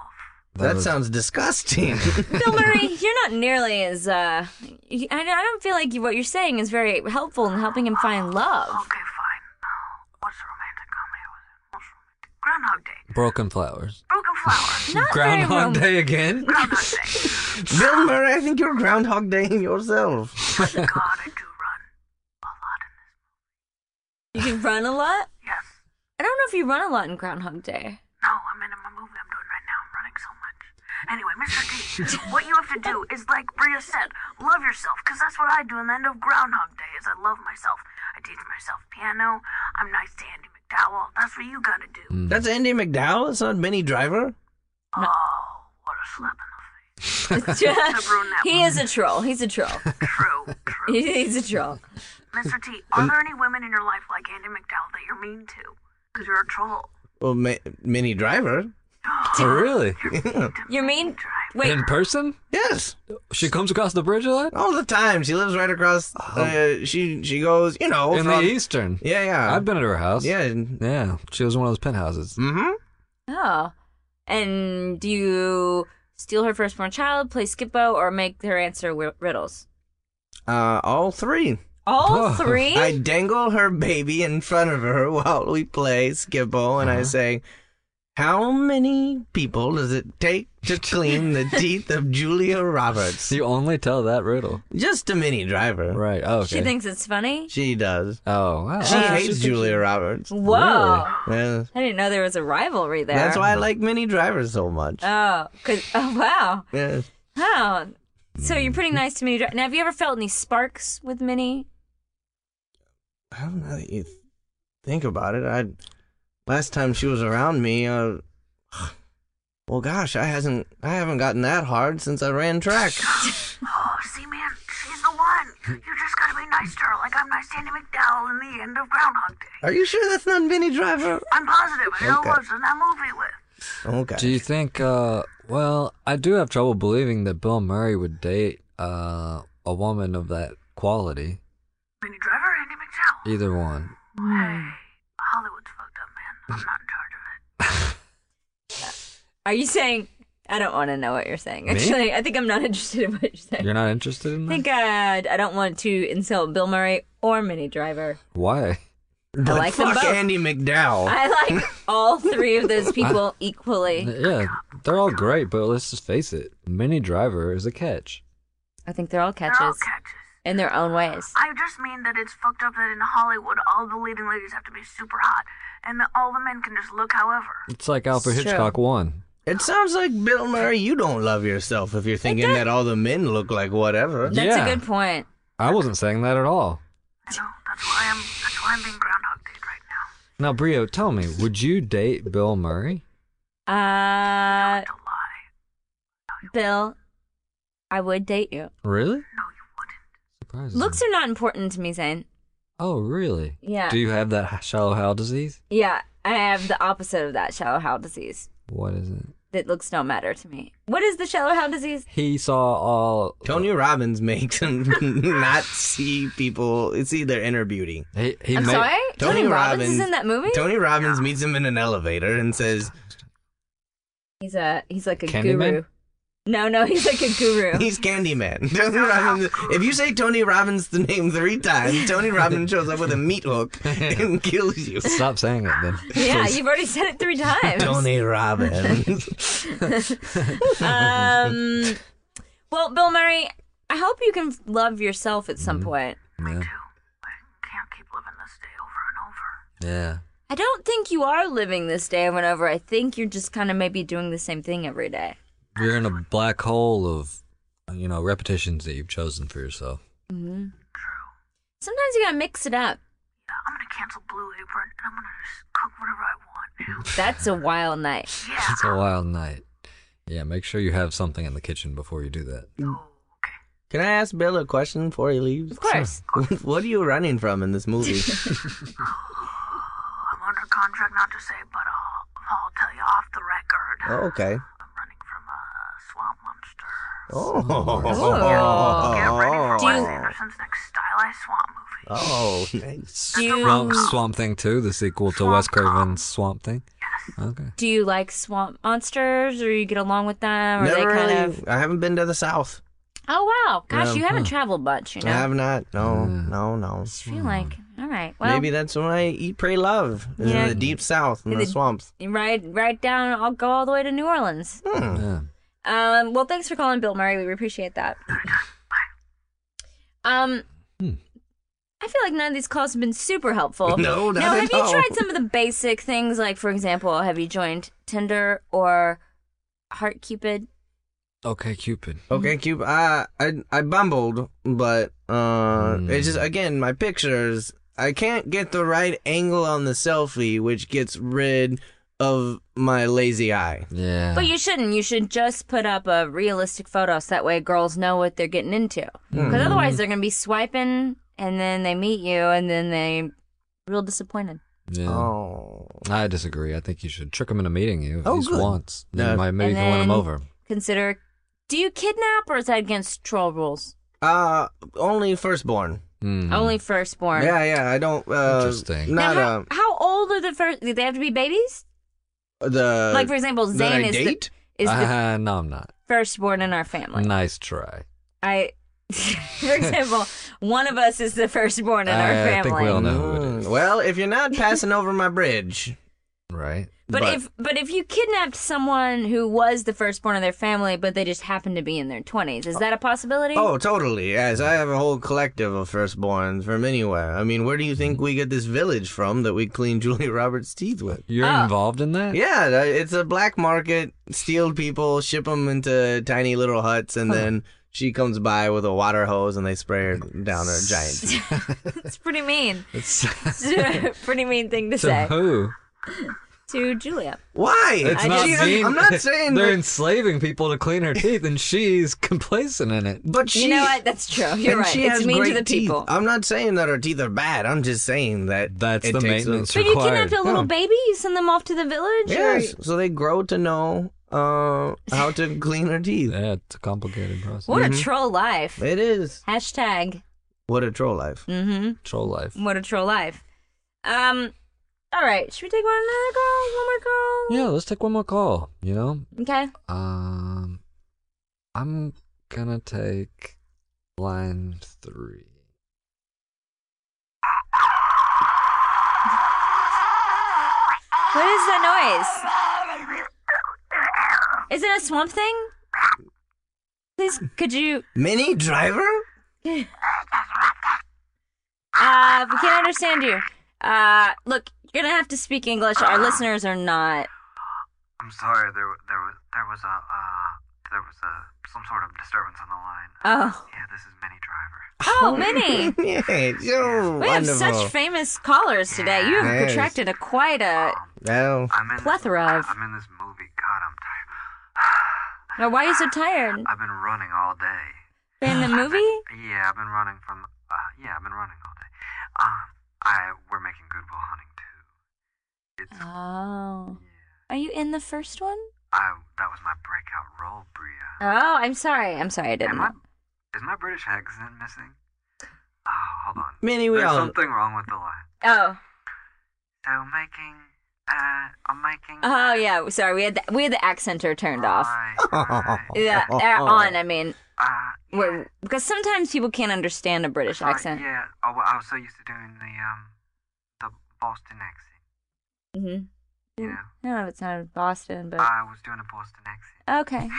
Speaker 3: that sounds disgusting.
Speaker 1: Bill Murray. You're not nearly as. Uh, you- I, I don't feel like you, what you're saying is very helpful in helping him find love.
Speaker 4: Okay, fine. What's a romantic comedy? I was in? What's romantic? Groundhog Day.
Speaker 2: Broken flowers.
Speaker 4: Broken Flower.
Speaker 1: Not very
Speaker 2: Groundhog
Speaker 1: rom-
Speaker 2: Day again?
Speaker 4: Groundhog Day.
Speaker 3: Bill Murray, I think you're Groundhog Daying yourself.
Speaker 4: God, I do run. A lot in this.
Speaker 1: You can run a lot.
Speaker 4: Yes.
Speaker 1: I don't know if you run a lot in Groundhog Day.
Speaker 4: No, I'm in my movie I'm doing right now. I'm running so much. Anyway, Mr. T, What you have to do is, like Bria said, love yourself, because that's what I do in the end of Groundhog Day, is I love myself. I teach myself piano. I'm nice to Andy McDowell. That's what you gotta do.
Speaker 3: That's Andy McDowell. It's not Minnie Driver.
Speaker 4: Oh, what a slap in the face.
Speaker 1: he is a troll. He's a troll.
Speaker 4: True, true.
Speaker 1: He's a troll.
Speaker 4: Mr. T, are there any women in your life like Andy McDowell that you're mean to? Because you're a troll.
Speaker 3: Well, Ma- Minnie Driver.
Speaker 2: Oh, really?
Speaker 1: You mean? Wait.
Speaker 2: In person?
Speaker 3: Yes,
Speaker 2: She comes across the bridge a lot?
Speaker 3: all the time. She lives right across. Uh, she she goes. You know,
Speaker 2: In
Speaker 3: from-
Speaker 2: the Eastern.
Speaker 3: Yeah, yeah.
Speaker 2: I've been to her house.
Speaker 3: Yeah. Mm-hmm.
Speaker 2: Yeah. She was one of those penthouses.
Speaker 1: Oh. And do you steal her firstborn child, play Skippo, or make her answer wi- riddles?
Speaker 3: Uh, all three.
Speaker 1: All
Speaker 2: Oh,
Speaker 1: three?
Speaker 3: I dangle her baby in front of her while we play Skippo, and I say, "How many people does it take to clean the teeth of Julia Roberts?"
Speaker 2: You only tell that riddle.
Speaker 3: Just a mini driver.
Speaker 2: Right. Oh, okay.
Speaker 1: She thinks it's funny?
Speaker 3: She does.
Speaker 2: oh, wow.
Speaker 3: She hates Julia Roberts.
Speaker 1: Whoa.
Speaker 3: Yeah.
Speaker 1: I didn't know there was a rivalry there.
Speaker 3: That's why I like mini drivers so much.
Speaker 1: Oh, 'cause- oh wow.
Speaker 3: yeah.
Speaker 1: Oh. So you're pretty nice to Minnie. Dri- Now, have you ever felt any sparks with Minnie?
Speaker 3: I don't know that you think about it. I last time she was around me, uh, well, gosh, I hasn't, I haven't gotten that hard since I ran track.
Speaker 4: Oh, see, man, she's the one. You just gotta be nice to her, like I'm nice to Andy McDowell in the end of Groundhog Day.
Speaker 3: Are you sure that's not Minnie Driver?
Speaker 4: I'm positive. I know
Speaker 3: Okay.
Speaker 4: who I was in that movie with.
Speaker 3: Okay.
Speaker 2: Do you think, uh, well, I do have trouble believing that Bill Murray would date, uh, a woman of that quality.
Speaker 4: Mini Driver, or Andy McDowell.
Speaker 2: Either one.
Speaker 4: Hey, Hollywood's fucked up, man. I'm not in charge of it.
Speaker 1: Are you saying? I don't want to know what you're saying. Actually, I think I'm not interested in what you're saying.
Speaker 2: You're not interested in
Speaker 1: I
Speaker 2: that?
Speaker 1: think uh, I don't want to insult Bill Murray or Minnie Driver.
Speaker 2: Why?
Speaker 3: But
Speaker 1: like them
Speaker 3: fuck
Speaker 1: both.
Speaker 3: Andy McDowell.
Speaker 1: I like all three of those people equally.
Speaker 2: Yeah, they're all great, but let's just face it. Mini Driver is a catch.
Speaker 1: I think they're all
Speaker 4: They're all
Speaker 1: catches
Speaker 4: catches.
Speaker 1: in their own ways.
Speaker 4: I just mean that it's fucked up that in Hollywood, all the leading ladies have to be super hot, and that all the men can just look however.
Speaker 2: It's like Alfred
Speaker 1: It's true.
Speaker 2: Hitchcock 1.
Speaker 3: it sounds like Bill Murray. You don't love yourself if you're thinking that all the men look like whatever.
Speaker 1: That's
Speaker 2: Yeah.
Speaker 1: a good point.
Speaker 2: I wasn't saying that at all.
Speaker 4: You know, that's why I'm that's why I'm being Groundhog Day right now.
Speaker 2: Now, Brio, tell me, would you date Bill Murray?
Speaker 1: Uh,
Speaker 4: Don't lie.
Speaker 1: Bill, I would date you.
Speaker 2: Really?
Speaker 4: No, you wouldn't.
Speaker 2: Surprising.
Speaker 1: Looks are not important to me, Zane.
Speaker 2: Oh, really?
Speaker 1: Yeah.
Speaker 2: Do you have that shallow howell disease?
Speaker 1: Yeah, I have the opposite of that shallow howell disease.
Speaker 2: What is it?
Speaker 1: That looks don't matter to me. What is the shallow howell disease?
Speaker 2: He saw all.
Speaker 3: Tony Robbins makes him not see people. It's either inner beauty.
Speaker 2: He, he
Speaker 1: I'm
Speaker 2: made-
Speaker 1: sorry? Tony, Robbins, is in that movie?
Speaker 3: Tony Robbins meets him in an elevator and says,
Speaker 1: He's a he's like a
Speaker 2: Candyman?
Speaker 1: guru. No, no, he's like a guru.
Speaker 3: He's Candyman. Tony Robbins. If you say Tony Robbins the name three times, Tony Robbins shows up with a meat hook and kills you.
Speaker 2: Stop saying it then.
Speaker 1: yeah, you've already said it three times.
Speaker 3: Tony Robbins.
Speaker 1: um, well, Bill Murray, I hope you can love yourself at
Speaker 2: Mm-hmm.
Speaker 1: some point.
Speaker 2: Yeah.
Speaker 4: Can't keep living this day over and over.
Speaker 2: yeah.
Speaker 1: I don't think you are living this day over and over. I think you're just kind of maybe doing the same thing every day.
Speaker 2: You're in a black hole of, you know, repetitions that you've chosen for yourself.
Speaker 1: Sometimes you gotta mix it up.
Speaker 4: Yeah, I'm gonna cancel Blue Apron, and I'm gonna just cook whatever I want.
Speaker 1: That's a wild night.
Speaker 4: Yeah.
Speaker 2: It's a wild night. Yeah, make sure you have something in the kitchen before you do that.
Speaker 3: Can I ask Bill a question before he leaves?
Speaker 1: Of course.
Speaker 3: what are you running from in this movie?
Speaker 4: I'm under contract not to say, but I'll, I'll tell you off the record.
Speaker 3: oh, okay.
Speaker 4: I'm running from a swamp monster.
Speaker 3: Oh.
Speaker 4: Get ready for
Speaker 3: Oh.
Speaker 1: Do
Speaker 4: Wes
Speaker 1: you-
Speaker 4: Anderson's next stylized swamp movie.
Speaker 3: Oh, nice.
Speaker 1: Do
Speaker 2: Swamp,
Speaker 1: you,
Speaker 2: Swamp Thing 2, the sequel to Wes Craven's Swamp Thing? Okay.
Speaker 1: do you like swamp monsters or you get along with them? Or
Speaker 3: Never
Speaker 1: they kind
Speaker 3: really.
Speaker 1: of.
Speaker 3: I haven't been to the South.
Speaker 1: Oh, wow. Gosh,
Speaker 2: Yeah,
Speaker 1: you haven't
Speaker 2: huh.
Speaker 1: traveled much, you know?
Speaker 3: I have not. No, no, no.
Speaker 1: I feel like. All right. Well,
Speaker 3: Maybe that's when I eat, pray, love. Is
Speaker 1: Yeah.
Speaker 3: in the deep South, in,
Speaker 1: In
Speaker 3: the,
Speaker 1: the-
Speaker 3: swamps.
Speaker 1: right, right down. I'll go all the way to New Orleans.
Speaker 3: Hmm.
Speaker 2: Yeah.
Speaker 1: Um, well, thanks for calling, Bill Murray. We appreciate that. Um,
Speaker 2: Hmm.
Speaker 1: I feel like none of these calls have been super helpful.
Speaker 3: No, not
Speaker 1: now,
Speaker 3: at
Speaker 1: have
Speaker 3: all.
Speaker 1: you tried some of the basic things? Like, for example, have you joined Tinder or Heart Cupid?
Speaker 2: Okay, Cupid.
Speaker 3: Okay, Cube. I I I bumbled, but uh, it's
Speaker 2: Mm.
Speaker 3: just again my pictures. I can't get the right angle on the selfie, which gets rid of my lazy eye.
Speaker 2: Yeah.
Speaker 1: But you shouldn't. You should just put up a realistic photo so that way girls know what they're getting into.
Speaker 3: Hmm.
Speaker 1: Because otherwise, they're going to be swiping and then they meet you and then they real disappointed.
Speaker 2: yeah.
Speaker 3: Oh,
Speaker 2: I disagree. I think you should trick him into meeting you at
Speaker 3: Oh,
Speaker 2: least
Speaker 3: good.
Speaker 2: once.
Speaker 3: Yeah.
Speaker 2: You might maybe
Speaker 1: And
Speaker 2: even win him
Speaker 1: then-
Speaker 2: over.
Speaker 1: Consider do you kidnap or is that against troll rules?
Speaker 3: uh, only firstborn.
Speaker 2: Mm.
Speaker 1: Only firstborn.
Speaker 3: Hmm. Yeah, yeah. I don't. Uh,
Speaker 2: Interesting.
Speaker 1: Now,
Speaker 3: Not
Speaker 1: how, how old are the first? Do they have to be babies?
Speaker 3: uh, the
Speaker 1: like for example,
Speaker 3: that I
Speaker 1: Zane is
Speaker 3: date? Uh-huh.
Speaker 1: the is the
Speaker 2: Ah, no, I'm not.
Speaker 1: firstborn in our family.
Speaker 2: Nice try.
Speaker 1: I, for example, one of us is the firstborn in our
Speaker 2: I
Speaker 1: family.
Speaker 2: think we all know who it
Speaker 3: Mm, Well, if you're not passing over my bridge,
Speaker 2: is. Right?
Speaker 1: But,
Speaker 3: But-
Speaker 1: if but if you kidnapped someone who was the firstborn of their family, but they just happened to be in their twenties, is that a possibility?
Speaker 3: oh, totally. Yes, I have a whole collective of firstborns from anywhere. I mean, where do you think we get this village from that we clean Julia Roberts' teeth with?
Speaker 2: You're
Speaker 1: Ah.
Speaker 2: involved in that?
Speaker 3: Yeah, th- it's a black market. Steal people, ship them into tiny little huts, and then she comes by with a water hose and they spray her down her giant. teeth.
Speaker 1: it's pretty mean.
Speaker 2: It's,
Speaker 1: It's a pretty mean thing to
Speaker 2: to
Speaker 1: say
Speaker 2: who?
Speaker 1: to Julia.
Speaker 3: Why?
Speaker 2: It's
Speaker 1: I
Speaker 2: not
Speaker 1: just-
Speaker 2: mean.
Speaker 3: I'm not saying
Speaker 2: they're
Speaker 3: that-
Speaker 2: enslaving people to clean her teeth, and she's complacent in it.
Speaker 3: But she,
Speaker 1: you know what? That's true. You're
Speaker 3: and
Speaker 1: right.
Speaker 3: she
Speaker 1: It's
Speaker 3: has
Speaker 1: mean to
Speaker 3: great
Speaker 1: the
Speaker 3: teeth.
Speaker 1: people.
Speaker 3: I'm not saying that her teeth are bad. I'm just saying that
Speaker 2: That's
Speaker 3: it
Speaker 2: the
Speaker 3: takes a-
Speaker 2: maintenance
Speaker 1: but you
Speaker 2: required.
Speaker 1: kidnapped a little
Speaker 3: Yeah.
Speaker 1: baby. You send them off to the village. or-
Speaker 3: Yes, so they grow to know uh, how to clean their teeth.
Speaker 2: Yeah, it's a complicated process.
Speaker 1: What
Speaker 3: Mm-hmm.
Speaker 1: a troll life.
Speaker 3: It is
Speaker 1: Hashtag.
Speaker 3: what a troll life.
Speaker 1: hmm
Speaker 2: Troll life.
Speaker 1: What a troll life. Um. All right. Should we take one another call? One more call.
Speaker 2: Yeah, let's take one more call. You know,
Speaker 1: Okay.
Speaker 2: um, I'm gonna take line three.
Speaker 1: What is that noise? Is it a swamp thing? Please, could you?
Speaker 3: Mini driver?
Speaker 1: Uh, we can't understand you. Uh, look, you're gonna have to speak English. Our listeners are not.
Speaker 4: I'm sorry. There, wa- there was, there was a, uh, there was a some sort of disturbance on the line.
Speaker 1: Oh,
Speaker 4: Yeah, this is Mini Driver.
Speaker 1: oh, Minnie.
Speaker 3: yeah, so
Speaker 1: We have such famous callers today. You have
Speaker 3: Yes.
Speaker 1: attracted a quite a.
Speaker 3: well,
Speaker 4: I'm in
Speaker 1: Plethora of-
Speaker 4: This, I'm in this movie. God, I'm tired.
Speaker 1: Now, Why are you so tired?
Speaker 4: I've been running all day.
Speaker 1: In the movie?
Speaker 4: Yeah, I've been running from. Uh, yeah, I've been running all day. Um, I we're making Good Will Hunting too. It's
Speaker 1: Oh. Are you in the first one?
Speaker 4: I. That was my breakout role, Bria.
Speaker 1: Oh, I'm sorry. I'm sorry. I didn't.
Speaker 4: Am
Speaker 1: know.
Speaker 4: I? Is my British accent missing? Oh, hold on.
Speaker 3: Minnie, we
Speaker 4: There's
Speaker 3: all
Speaker 4: something wrong with the line.
Speaker 1: Oh.
Speaker 4: So making, uh, I'm making.
Speaker 1: Oh yeah, sorry. We had the, we had the accenter turned off.
Speaker 4: Right, right.
Speaker 3: Oh.
Speaker 1: Yeah, uh, on. I mean,
Speaker 4: Uh,
Speaker 1: we because sometimes people can't understand a British
Speaker 4: sorry,
Speaker 1: accent.
Speaker 4: Yeah, oh, well, I was so used to doing the um, the Boston accent.
Speaker 1: Mm-hmm.
Speaker 4: You know,
Speaker 1: No, it's not Boston, but
Speaker 4: I was doing a Boston accent.
Speaker 1: okay.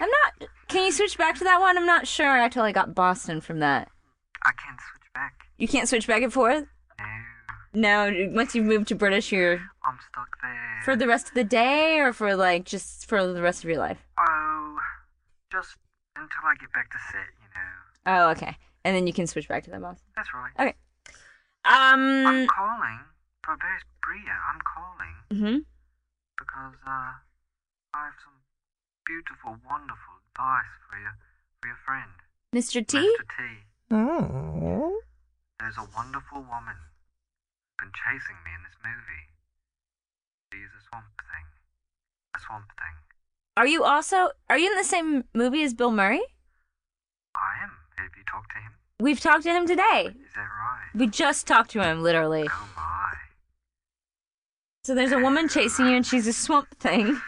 Speaker 1: I'm not. Can you switch back to that one? I'm not sure. I totally got Boston from that.
Speaker 4: I can't switch back.
Speaker 1: You can't switch back and forth.
Speaker 4: No,
Speaker 1: No, once you've moved to British, you're
Speaker 4: I'm stuck there.
Speaker 1: for the rest of the day, or for like just for the rest of your life.
Speaker 4: Oh, just until I get back to set. You know,
Speaker 1: Oh, okay. And then you can switch back to that Boston.
Speaker 4: that's right.
Speaker 1: Okay. Um.
Speaker 4: I'm calling for Bears Bria. I'm calling
Speaker 1: hmm
Speaker 4: because uh, I have some beautiful, wonderful advice for you, for your friend,
Speaker 1: Mr. T.
Speaker 4: Mr. T.
Speaker 3: Oh.
Speaker 4: There's a wonderful woman who's been chasing me in this movie. She's a swamp thing. A swamp thing.
Speaker 1: Are you also are you in the same movie as Bill Murray?
Speaker 4: I am. Have you talked to him?
Speaker 1: We've talked to him today.
Speaker 4: Is that right?
Speaker 1: We just talked to him, literally.
Speaker 4: Oh my.
Speaker 1: So there's a woman chasing you, and she's a swamp thing.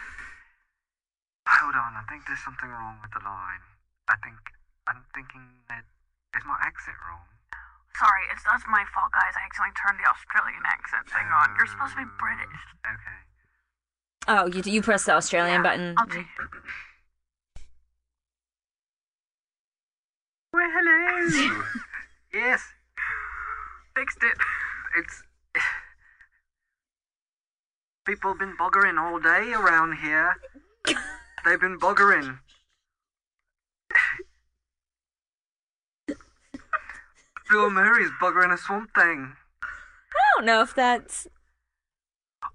Speaker 4: Hold on. I think there's something wrong with the line. I think I'm thinking that is my accent wrong?
Speaker 5: Sorry, it's that's my fault, guys. I accidentally turned the Australian accent thing on. You're supposed to be British.
Speaker 4: Okay.
Speaker 1: Oh, you you press the Australian button.
Speaker 5: I'll take it.
Speaker 4: Well, hello. yes,
Speaker 5: Fixed it.
Speaker 4: it's. People been boggering all day around here. They've been boggering. Bill Murray's buggering a swamp thing.
Speaker 1: I don't know if that's.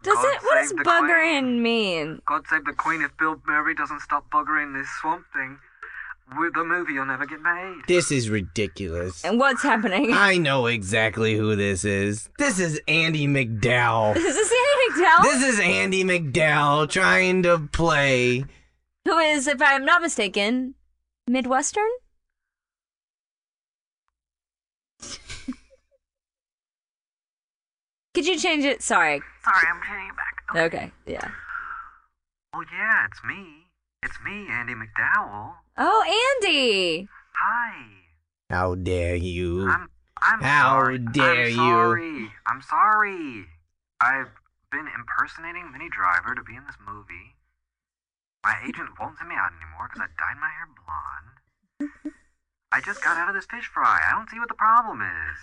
Speaker 1: Does
Speaker 4: God
Speaker 1: it? What does
Speaker 4: save the
Speaker 1: buggering mean?
Speaker 4: God save the Queen if Bill Murray doesn't stop buggering this swamp thing. With the movie, you'll never get made.
Speaker 3: This is ridiculous.
Speaker 1: And what's happening?
Speaker 3: I know exactly who this is. This is Andy McDowell.
Speaker 1: Is this Andy McDowell?
Speaker 3: This is Andy McDowell trying to play.
Speaker 1: who is, if I'm not mistaken, Midwestern? Could you change it? Sorry.
Speaker 6: Sorry, I'm turning it back. Okay.
Speaker 1: Okay. Yeah.
Speaker 4: Oh, yeah, it's me. It's me, Andy McDowell.
Speaker 1: Oh, Andy.
Speaker 4: Hi.
Speaker 3: How dare you?
Speaker 4: I'm, I'm
Speaker 3: How
Speaker 4: sorry.
Speaker 3: dare
Speaker 4: I'm
Speaker 3: you.
Speaker 4: Sorry. I'm sorry. I've been impersonating Minnie Driver to be in this movie. My agent won't send me out anymore because I dyed my hair blonde. I just got out of this fish fry. I don't see what the problem is.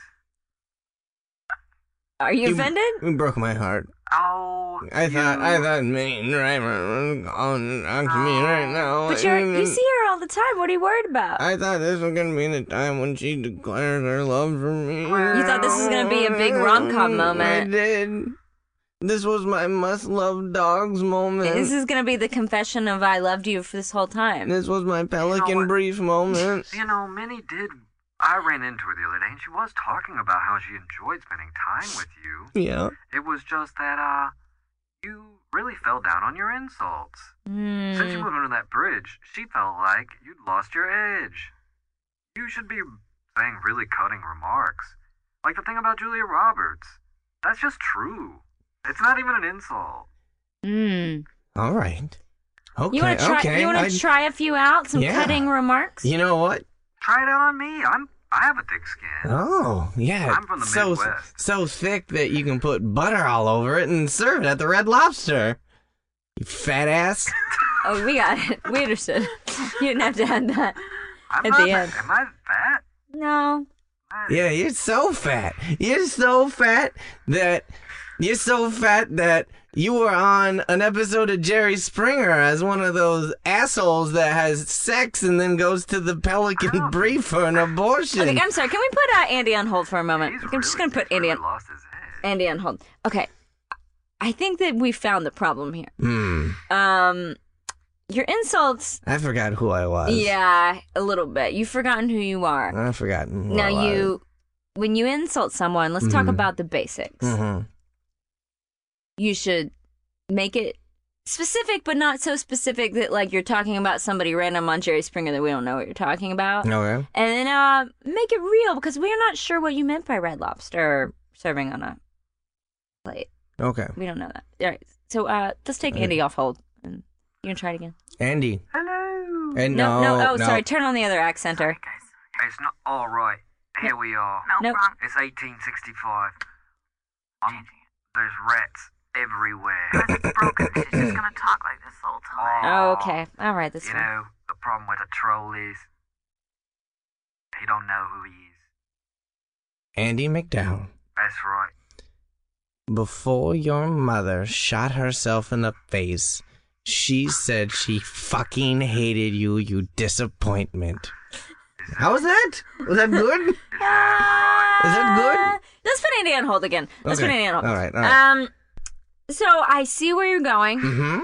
Speaker 1: Are you offended?
Speaker 3: You broke my heart.
Speaker 4: Oh.
Speaker 3: I thought
Speaker 4: you-
Speaker 3: I thought Main Driver was on onto me right now.
Speaker 1: But you're, you
Speaker 3: And
Speaker 1: see her all the time. What are you worried about?
Speaker 3: I thought this was gonna be the time when she declared her love for me.
Speaker 1: You thought this was gonna be a big rom-com moment.
Speaker 3: I did. This was my must love dogs moment.
Speaker 1: this is gonna be the confession of I loved you for this whole time.
Speaker 3: This was my
Speaker 4: You know
Speaker 3: pelican
Speaker 4: what?
Speaker 3: brief moment.
Speaker 4: You know, Minnie did. I ran into her the other day, and she was talking about how she enjoyed spending time with you.
Speaker 3: yeah.
Speaker 4: It was just that, uh, you really fell down on your insults. Since you
Speaker 1: Hmm.
Speaker 4: moved under that bridge, she felt like you'd lost your edge. You should be saying really cutting remarks. Like the thing about Julia Roberts. That's just true. It's not even an insult.
Speaker 1: Mm.
Speaker 3: All right. Okay.
Speaker 1: you wanna try?
Speaker 3: okay.
Speaker 1: you wanna
Speaker 3: I-
Speaker 1: try a few out? Some
Speaker 3: Yeah.
Speaker 1: cutting remarks.
Speaker 3: You know what?
Speaker 4: Try it out on me. I'm I have a thick skin.
Speaker 3: Oh, yeah.
Speaker 4: I'm from the
Speaker 3: so,
Speaker 4: Midwest.
Speaker 3: So thick that you can put butter all over it and serve it at the Red Lobster. You fat ass.
Speaker 1: Oh, we got it. We understood. you didn't have to add that.
Speaker 4: I'm
Speaker 1: At
Speaker 4: not
Speaker 1: the
Speaker 4: that-
Speaker 1: end.
Speaker 4: Am I fat?
Speaker 1: No.
Speaker 3: Yeah, you're so fat. You're so fat that you're so fat that you were on an episode of Jerry Springer as one of those assholes that has sex and then goes to the
Speaker 1: Oh.
Speaker 3: Pelican Brief for an abortion.
Speaker 1: Okay, I'm sorry. Can we put uh, Andy on hold for a moment?
Speaker 4: He's
Speaker 1: I'm
Speaker 4: really,
Speaker 1: just gonna put
Speaker 4: he's
Speaker 1: Andy
Speaker 4: really
Speaker 1: on,
Speaker 4: lost his edge.
Speaker 1: Andy on hold. Okay. I think that we found the problem here.
Speaker 3: Hmm.
Speaker 1: Um, your insults.
Speaker 3: I forgot who I was.
Speaker 1: Yeah, a little bit. You've forgotten who you are.
Speaker 3: I forgot. who I
Speaker 1: now
Speaker 3: was.
Speaker 1: you, when you insult someone, let's talk
Speaker 3: Mhm.
Speaker 1: about the basics.
Speaker 3: Mhm.
Speaker 1: You should make it specific, but not so specific that like you're talking about somebody random on Jerry Springer that we don't know what you're talking about.
Speaker 3: Okay.
Speaker 1: And then uh, make it real because we're not sure what you meant by red lobster serving on a plate.
Speaker 3: Okay.
Speaker 1: We don't know that. All right. So uh, let's take Andy off hold and you can try it again.
Speaker 3: Andy.
Speaker 4: Hello.
Speaker 3: And
Speaker 1: No, no. oh,
Speaker 3: no.
Speaker 1: sorry. Turn on the other accenter.
Speaker 6: Guys,
Speaker 4: It's not all right. Here we are.
Speaker 6: no,
Speaker 1: Nope.
Speaker 6: wrong.
Speaker 4: It's 1865. I'm, there's rats everywhere.
Speaker 6: Because it's broken. She's just gonna talk like this the whole time.
Speaker 1: Oh, okay. All right. This
Speaker 4: You
Speaker 1: one.
Speaker 4: know, the problem with a troll is he don't know who he is.
Speaker 3: Andy McDowell.
Speaker 4: That's right.
Speaker 3: Before your mother shot herself in the face, she said she fucking hated you, you disappointment. How was that? Was that good? Is that good?
Speaker 1: Uh, Let's put Andy on hold again. Let's
Speaker 3: Okay.
Speaker 1: put Andy on hold.
Speaker 3: All right, all right.
Speaker 1: Um, so I see where you're going.
Speaker 3: Mm-hmm.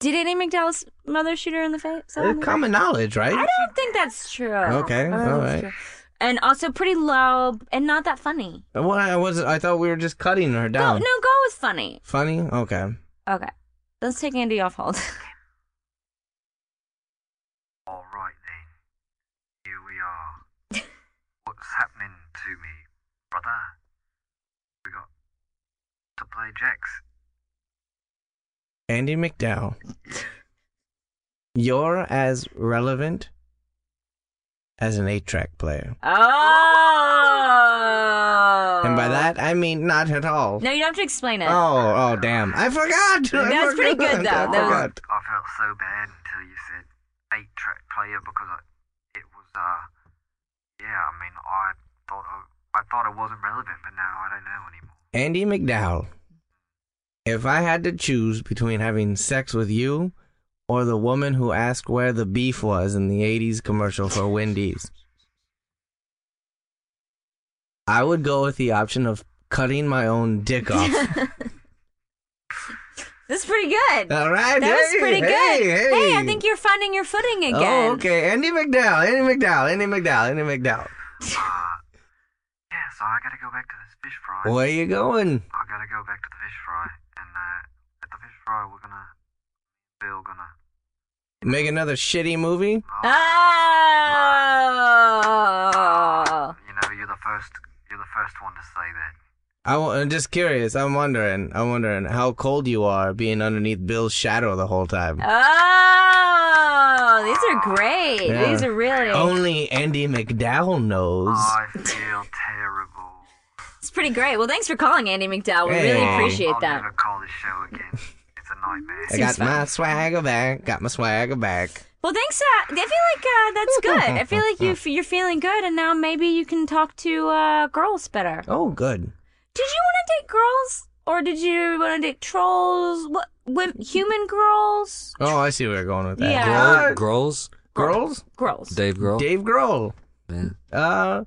Speaker 1: Did Andy McDowell's mother shoot her in the face?
Speaker 3: It's common knowledge, Uh, right?
Speaker 1: I don't think that's true.
Speaker 3: Okay,
Speaker 1: I don't think
Speaker 3: all
Speaker 1: that's
Speaker 3: right.
Speaker 1: true. And also pretty low and not that funny.
Speaker 3: Well, I was. I thought we were just cutting her
Speaker 1: Go,
Speaker 3: down.
Speaker 1: no, go with funny.
Speaker 3: Funny. Okay.
Speaker 1: Okay. Let's take Andy off hold.
Speaker 4: All right then. Here we are. What's happening to me, brother? We got to play jacks.
Speaker 3: Andy McDowell, you're as relevant as an eight-track player,
Speaker 1: Oh.
Speaker 3: and by that I mean not at all.
Speaker 1: No, you don't have to explain it.
Speaker 3: Oh, oh, damn! I forgot. I
Speaker 1: That's pretty
Speaker 3: forgot.
Speaker 1: good, though.
Speaker 3: I
Speaker 6: Oh,
Speaker 1: That was-
Speaker 3: forgot.
Speaker 4: I felt so bad until you said eight track player because I, it was uh yeah, I mean I thought I, I thought it wasn't relevant but now I don't know anymore.
Speaker 3: Andy McDowell. If I had to choose between having sex with you or the woman who asked where the beef was in the '80s commercial for Wendy's, I would go with the option of cutting my own dick off.
Speaker 1: That's pretty good.
Speaker 3: All right,
Speaker 1: that was
Speaker 3: Uh, hey,
Speaker 1: pretty
Speaker 3: hey,
Speaker 1: good.
Speaker 3: Hey,
Speaker 1: I think you're finding your footing again.
Speaker 3: Oh, okay. Andy McDowell, Andy McDowell, Andy McDowell, Andy
Speaker 7: Uh,
Speaker 3: McDowell.
Speaker 7: yeah, so I gotta go back to this fish fry.
Speaker 3: Where you going?
Speaker 7: I gotta go back to the fish fry, and uh, at the fish fry we're gonna, Bill gonna.
Speaker 3: Make another shitty movie?
Speaker 1: Oh.
Speaker 7: You know, you're the first, you're the first one to say that.
Speaker 3: I w- I'm just curious. I'm wondering. I'm wondering how cold you are being underneath Bill's shadow the whole time.
Speaker 1: Oh. These are great.
Speaker 3: Yeah. Oh.
Speaker 1: These are really.
Speaker 3: Only Andy McDowell knows.
Speaker 7: I feel terrible.
Speaker 1: It's pretty great. Well, thanks for calling, Andy McDowell. We really
Speaker 3: Hey.
Speaker 1: appreciate
Speaker 7: I'll
Speaker 1: that.
Speaker 7: never call this show again. It's a nightmare.
Speaker 3: I got my swagger back. Got my swagger back.
Speaker 1: Well, thanks. Uh, I feel like uh, that's good. I feel like you f- you're feeling good, and now maybe you can talk to uh, girls better.
Speaker 3: Oh, good.
Speaker 1: Did you want to date girls, or did you want to date trolls? What, women, human girls,
Speaker 3: Oh, I see where you're going with that.
Speaker 1: Yeah.
Speaker 2: Grohl,
Speaker 3: Girl-
Speaker 2: Grohl's?
Speaker 3: girls?
Speaker 1: girls?
Speaker 2: Dave Grohl?
Speaker 3: Dave Grohl.
Speaker 2: Yeah.
Speaker 3: Uh,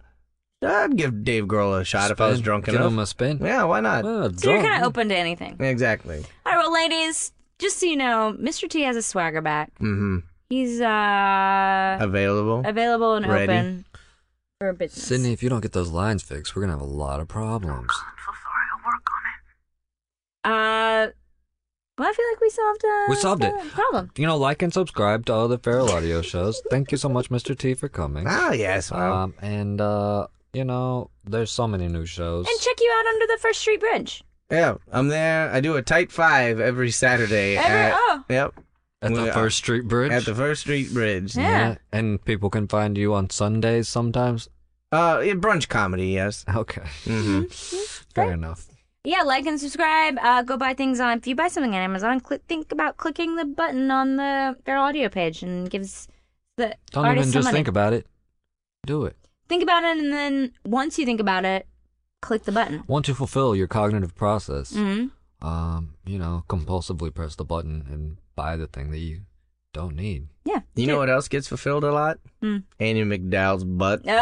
Speaker 3: I'd give Dave Grohl a shot if I was
Speaker 2: Spin.
Speaker 3: drunk
Speaker 2: Give
Speaker 3: enough.
Speaker 2: him a spin.
Speaker 3: yeah, why not?
Speaker 2: Well,
Speaker 1: so you're
Speaker 2: drunk.
Speaker 1: kind of open to anything.
Speaker 3: Exactly.
Speaker 1: All right, well, ladies, just so you know, Mr. T has a swagger back.
Speaker 3: Mm-hmm.
Speaker 1: He's uh
Speaker 3: Available.
Speaker 1: available and
Speaker 3: Ready.
Speaker 1: open for business.
Speaker 2: Sydney, if you don't get those lines fixed, we're going to have a lot of problems.
Speaker 8: I'm so sorry. I'll work on it.
Speaker 1: Uh, well, I feel like we solved uh,
Speaker 2: We solved it.
Speaker 1: the Problem.
Speaker 2: You know, like and subscribe to all the Feral Audio shows. Thank you so much, Mr. T, for coming.
Speaker 3: Ah, yes. Well,
Speaker 2: Um, and, uh, you know, there's so many new shows.
Speaker 1: And check you out under the First Street Bridge.
Speaker 3: yeah, I'm there. I do a tight five every Saturday.
Speaker 1: Every-
Speaker 3: at,
Speaker 1: oh.
Speaker 3: Yep.
Speaker 2: at the
Speaker 3: we-
Speaker 2: First Street Bridge.
Speaker 3: At the First Street Bridge.
Speaker 1: Yeah.
Speaker 2: And people can find you on Sundays sometimes.
Speaker 3: Uh, yeah, brunch comedy, yes.
Speaker 2: Okay.
Speaker 3: hmm
Speaker 1: Mm-hmm.
Speaker 2: Fair enough.
Speaker 1: Yeah, like and subscribe. Uh, go buy things on. If you buy something on Amazon, click, think about clicking the button on the Feral Audio page and gives the
Speaker 2: Don't
Speaker 1: artist
Speaker 2: even
Speaker 1: some
Speaker 2: just
Speaker 1: money.
Speaker 2: think about it. Do it.
Speaker 1: Think about it, and then once you think about it, click the button.
Speaker 2: Once you fulfill your cognitive process,
Speaker 1: hmm
Speaker 2: um, you know, compulsively press the button and buy the thing that you don't need.
Speaker 1: Yeah.
Speaker 3: You know what else gets fulfilled a lot?
Speaker 1: Hmm.
Speaker 3: Andy McDowell's butt.
Speaker 1: Oh.
Speaker 2: Uh,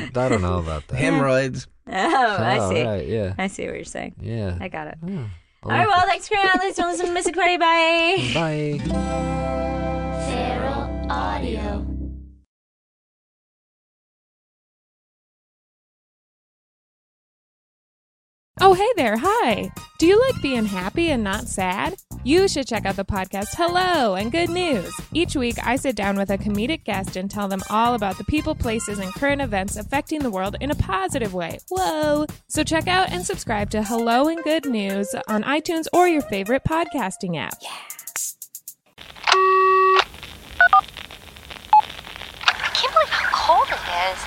Speaker 2: I don't know about that.
Speaker 3: Hemorrhoids.
Speaker 1: Oh, I
Speaker 2: Oh,
Speaker 1: see.
Speaker 2: right, yeah.
Speaker 1: I see what you're saying.
Speaker 2: Yeah.
Speaker 1: I got it.
Speaker 2: Yeah.
Speaker 1: All right, well, thanks for hanging out. Thanks for listening to Mystic Party. Bye.
Speaker 2: Bye.
Speaker 9: Oh, hey there. Hi. Do you like being happy and not sad? You should check out the podcast Hello and Good News. Each week, I sit down with a comedic guest and tell them all about the people, places, and current events affecting the world in a positive way. Whoa. So check out and subscribe to Hello and Good News on iTunes or your favorite podcasting app.
Speaker 10: I can't believe how cold it is.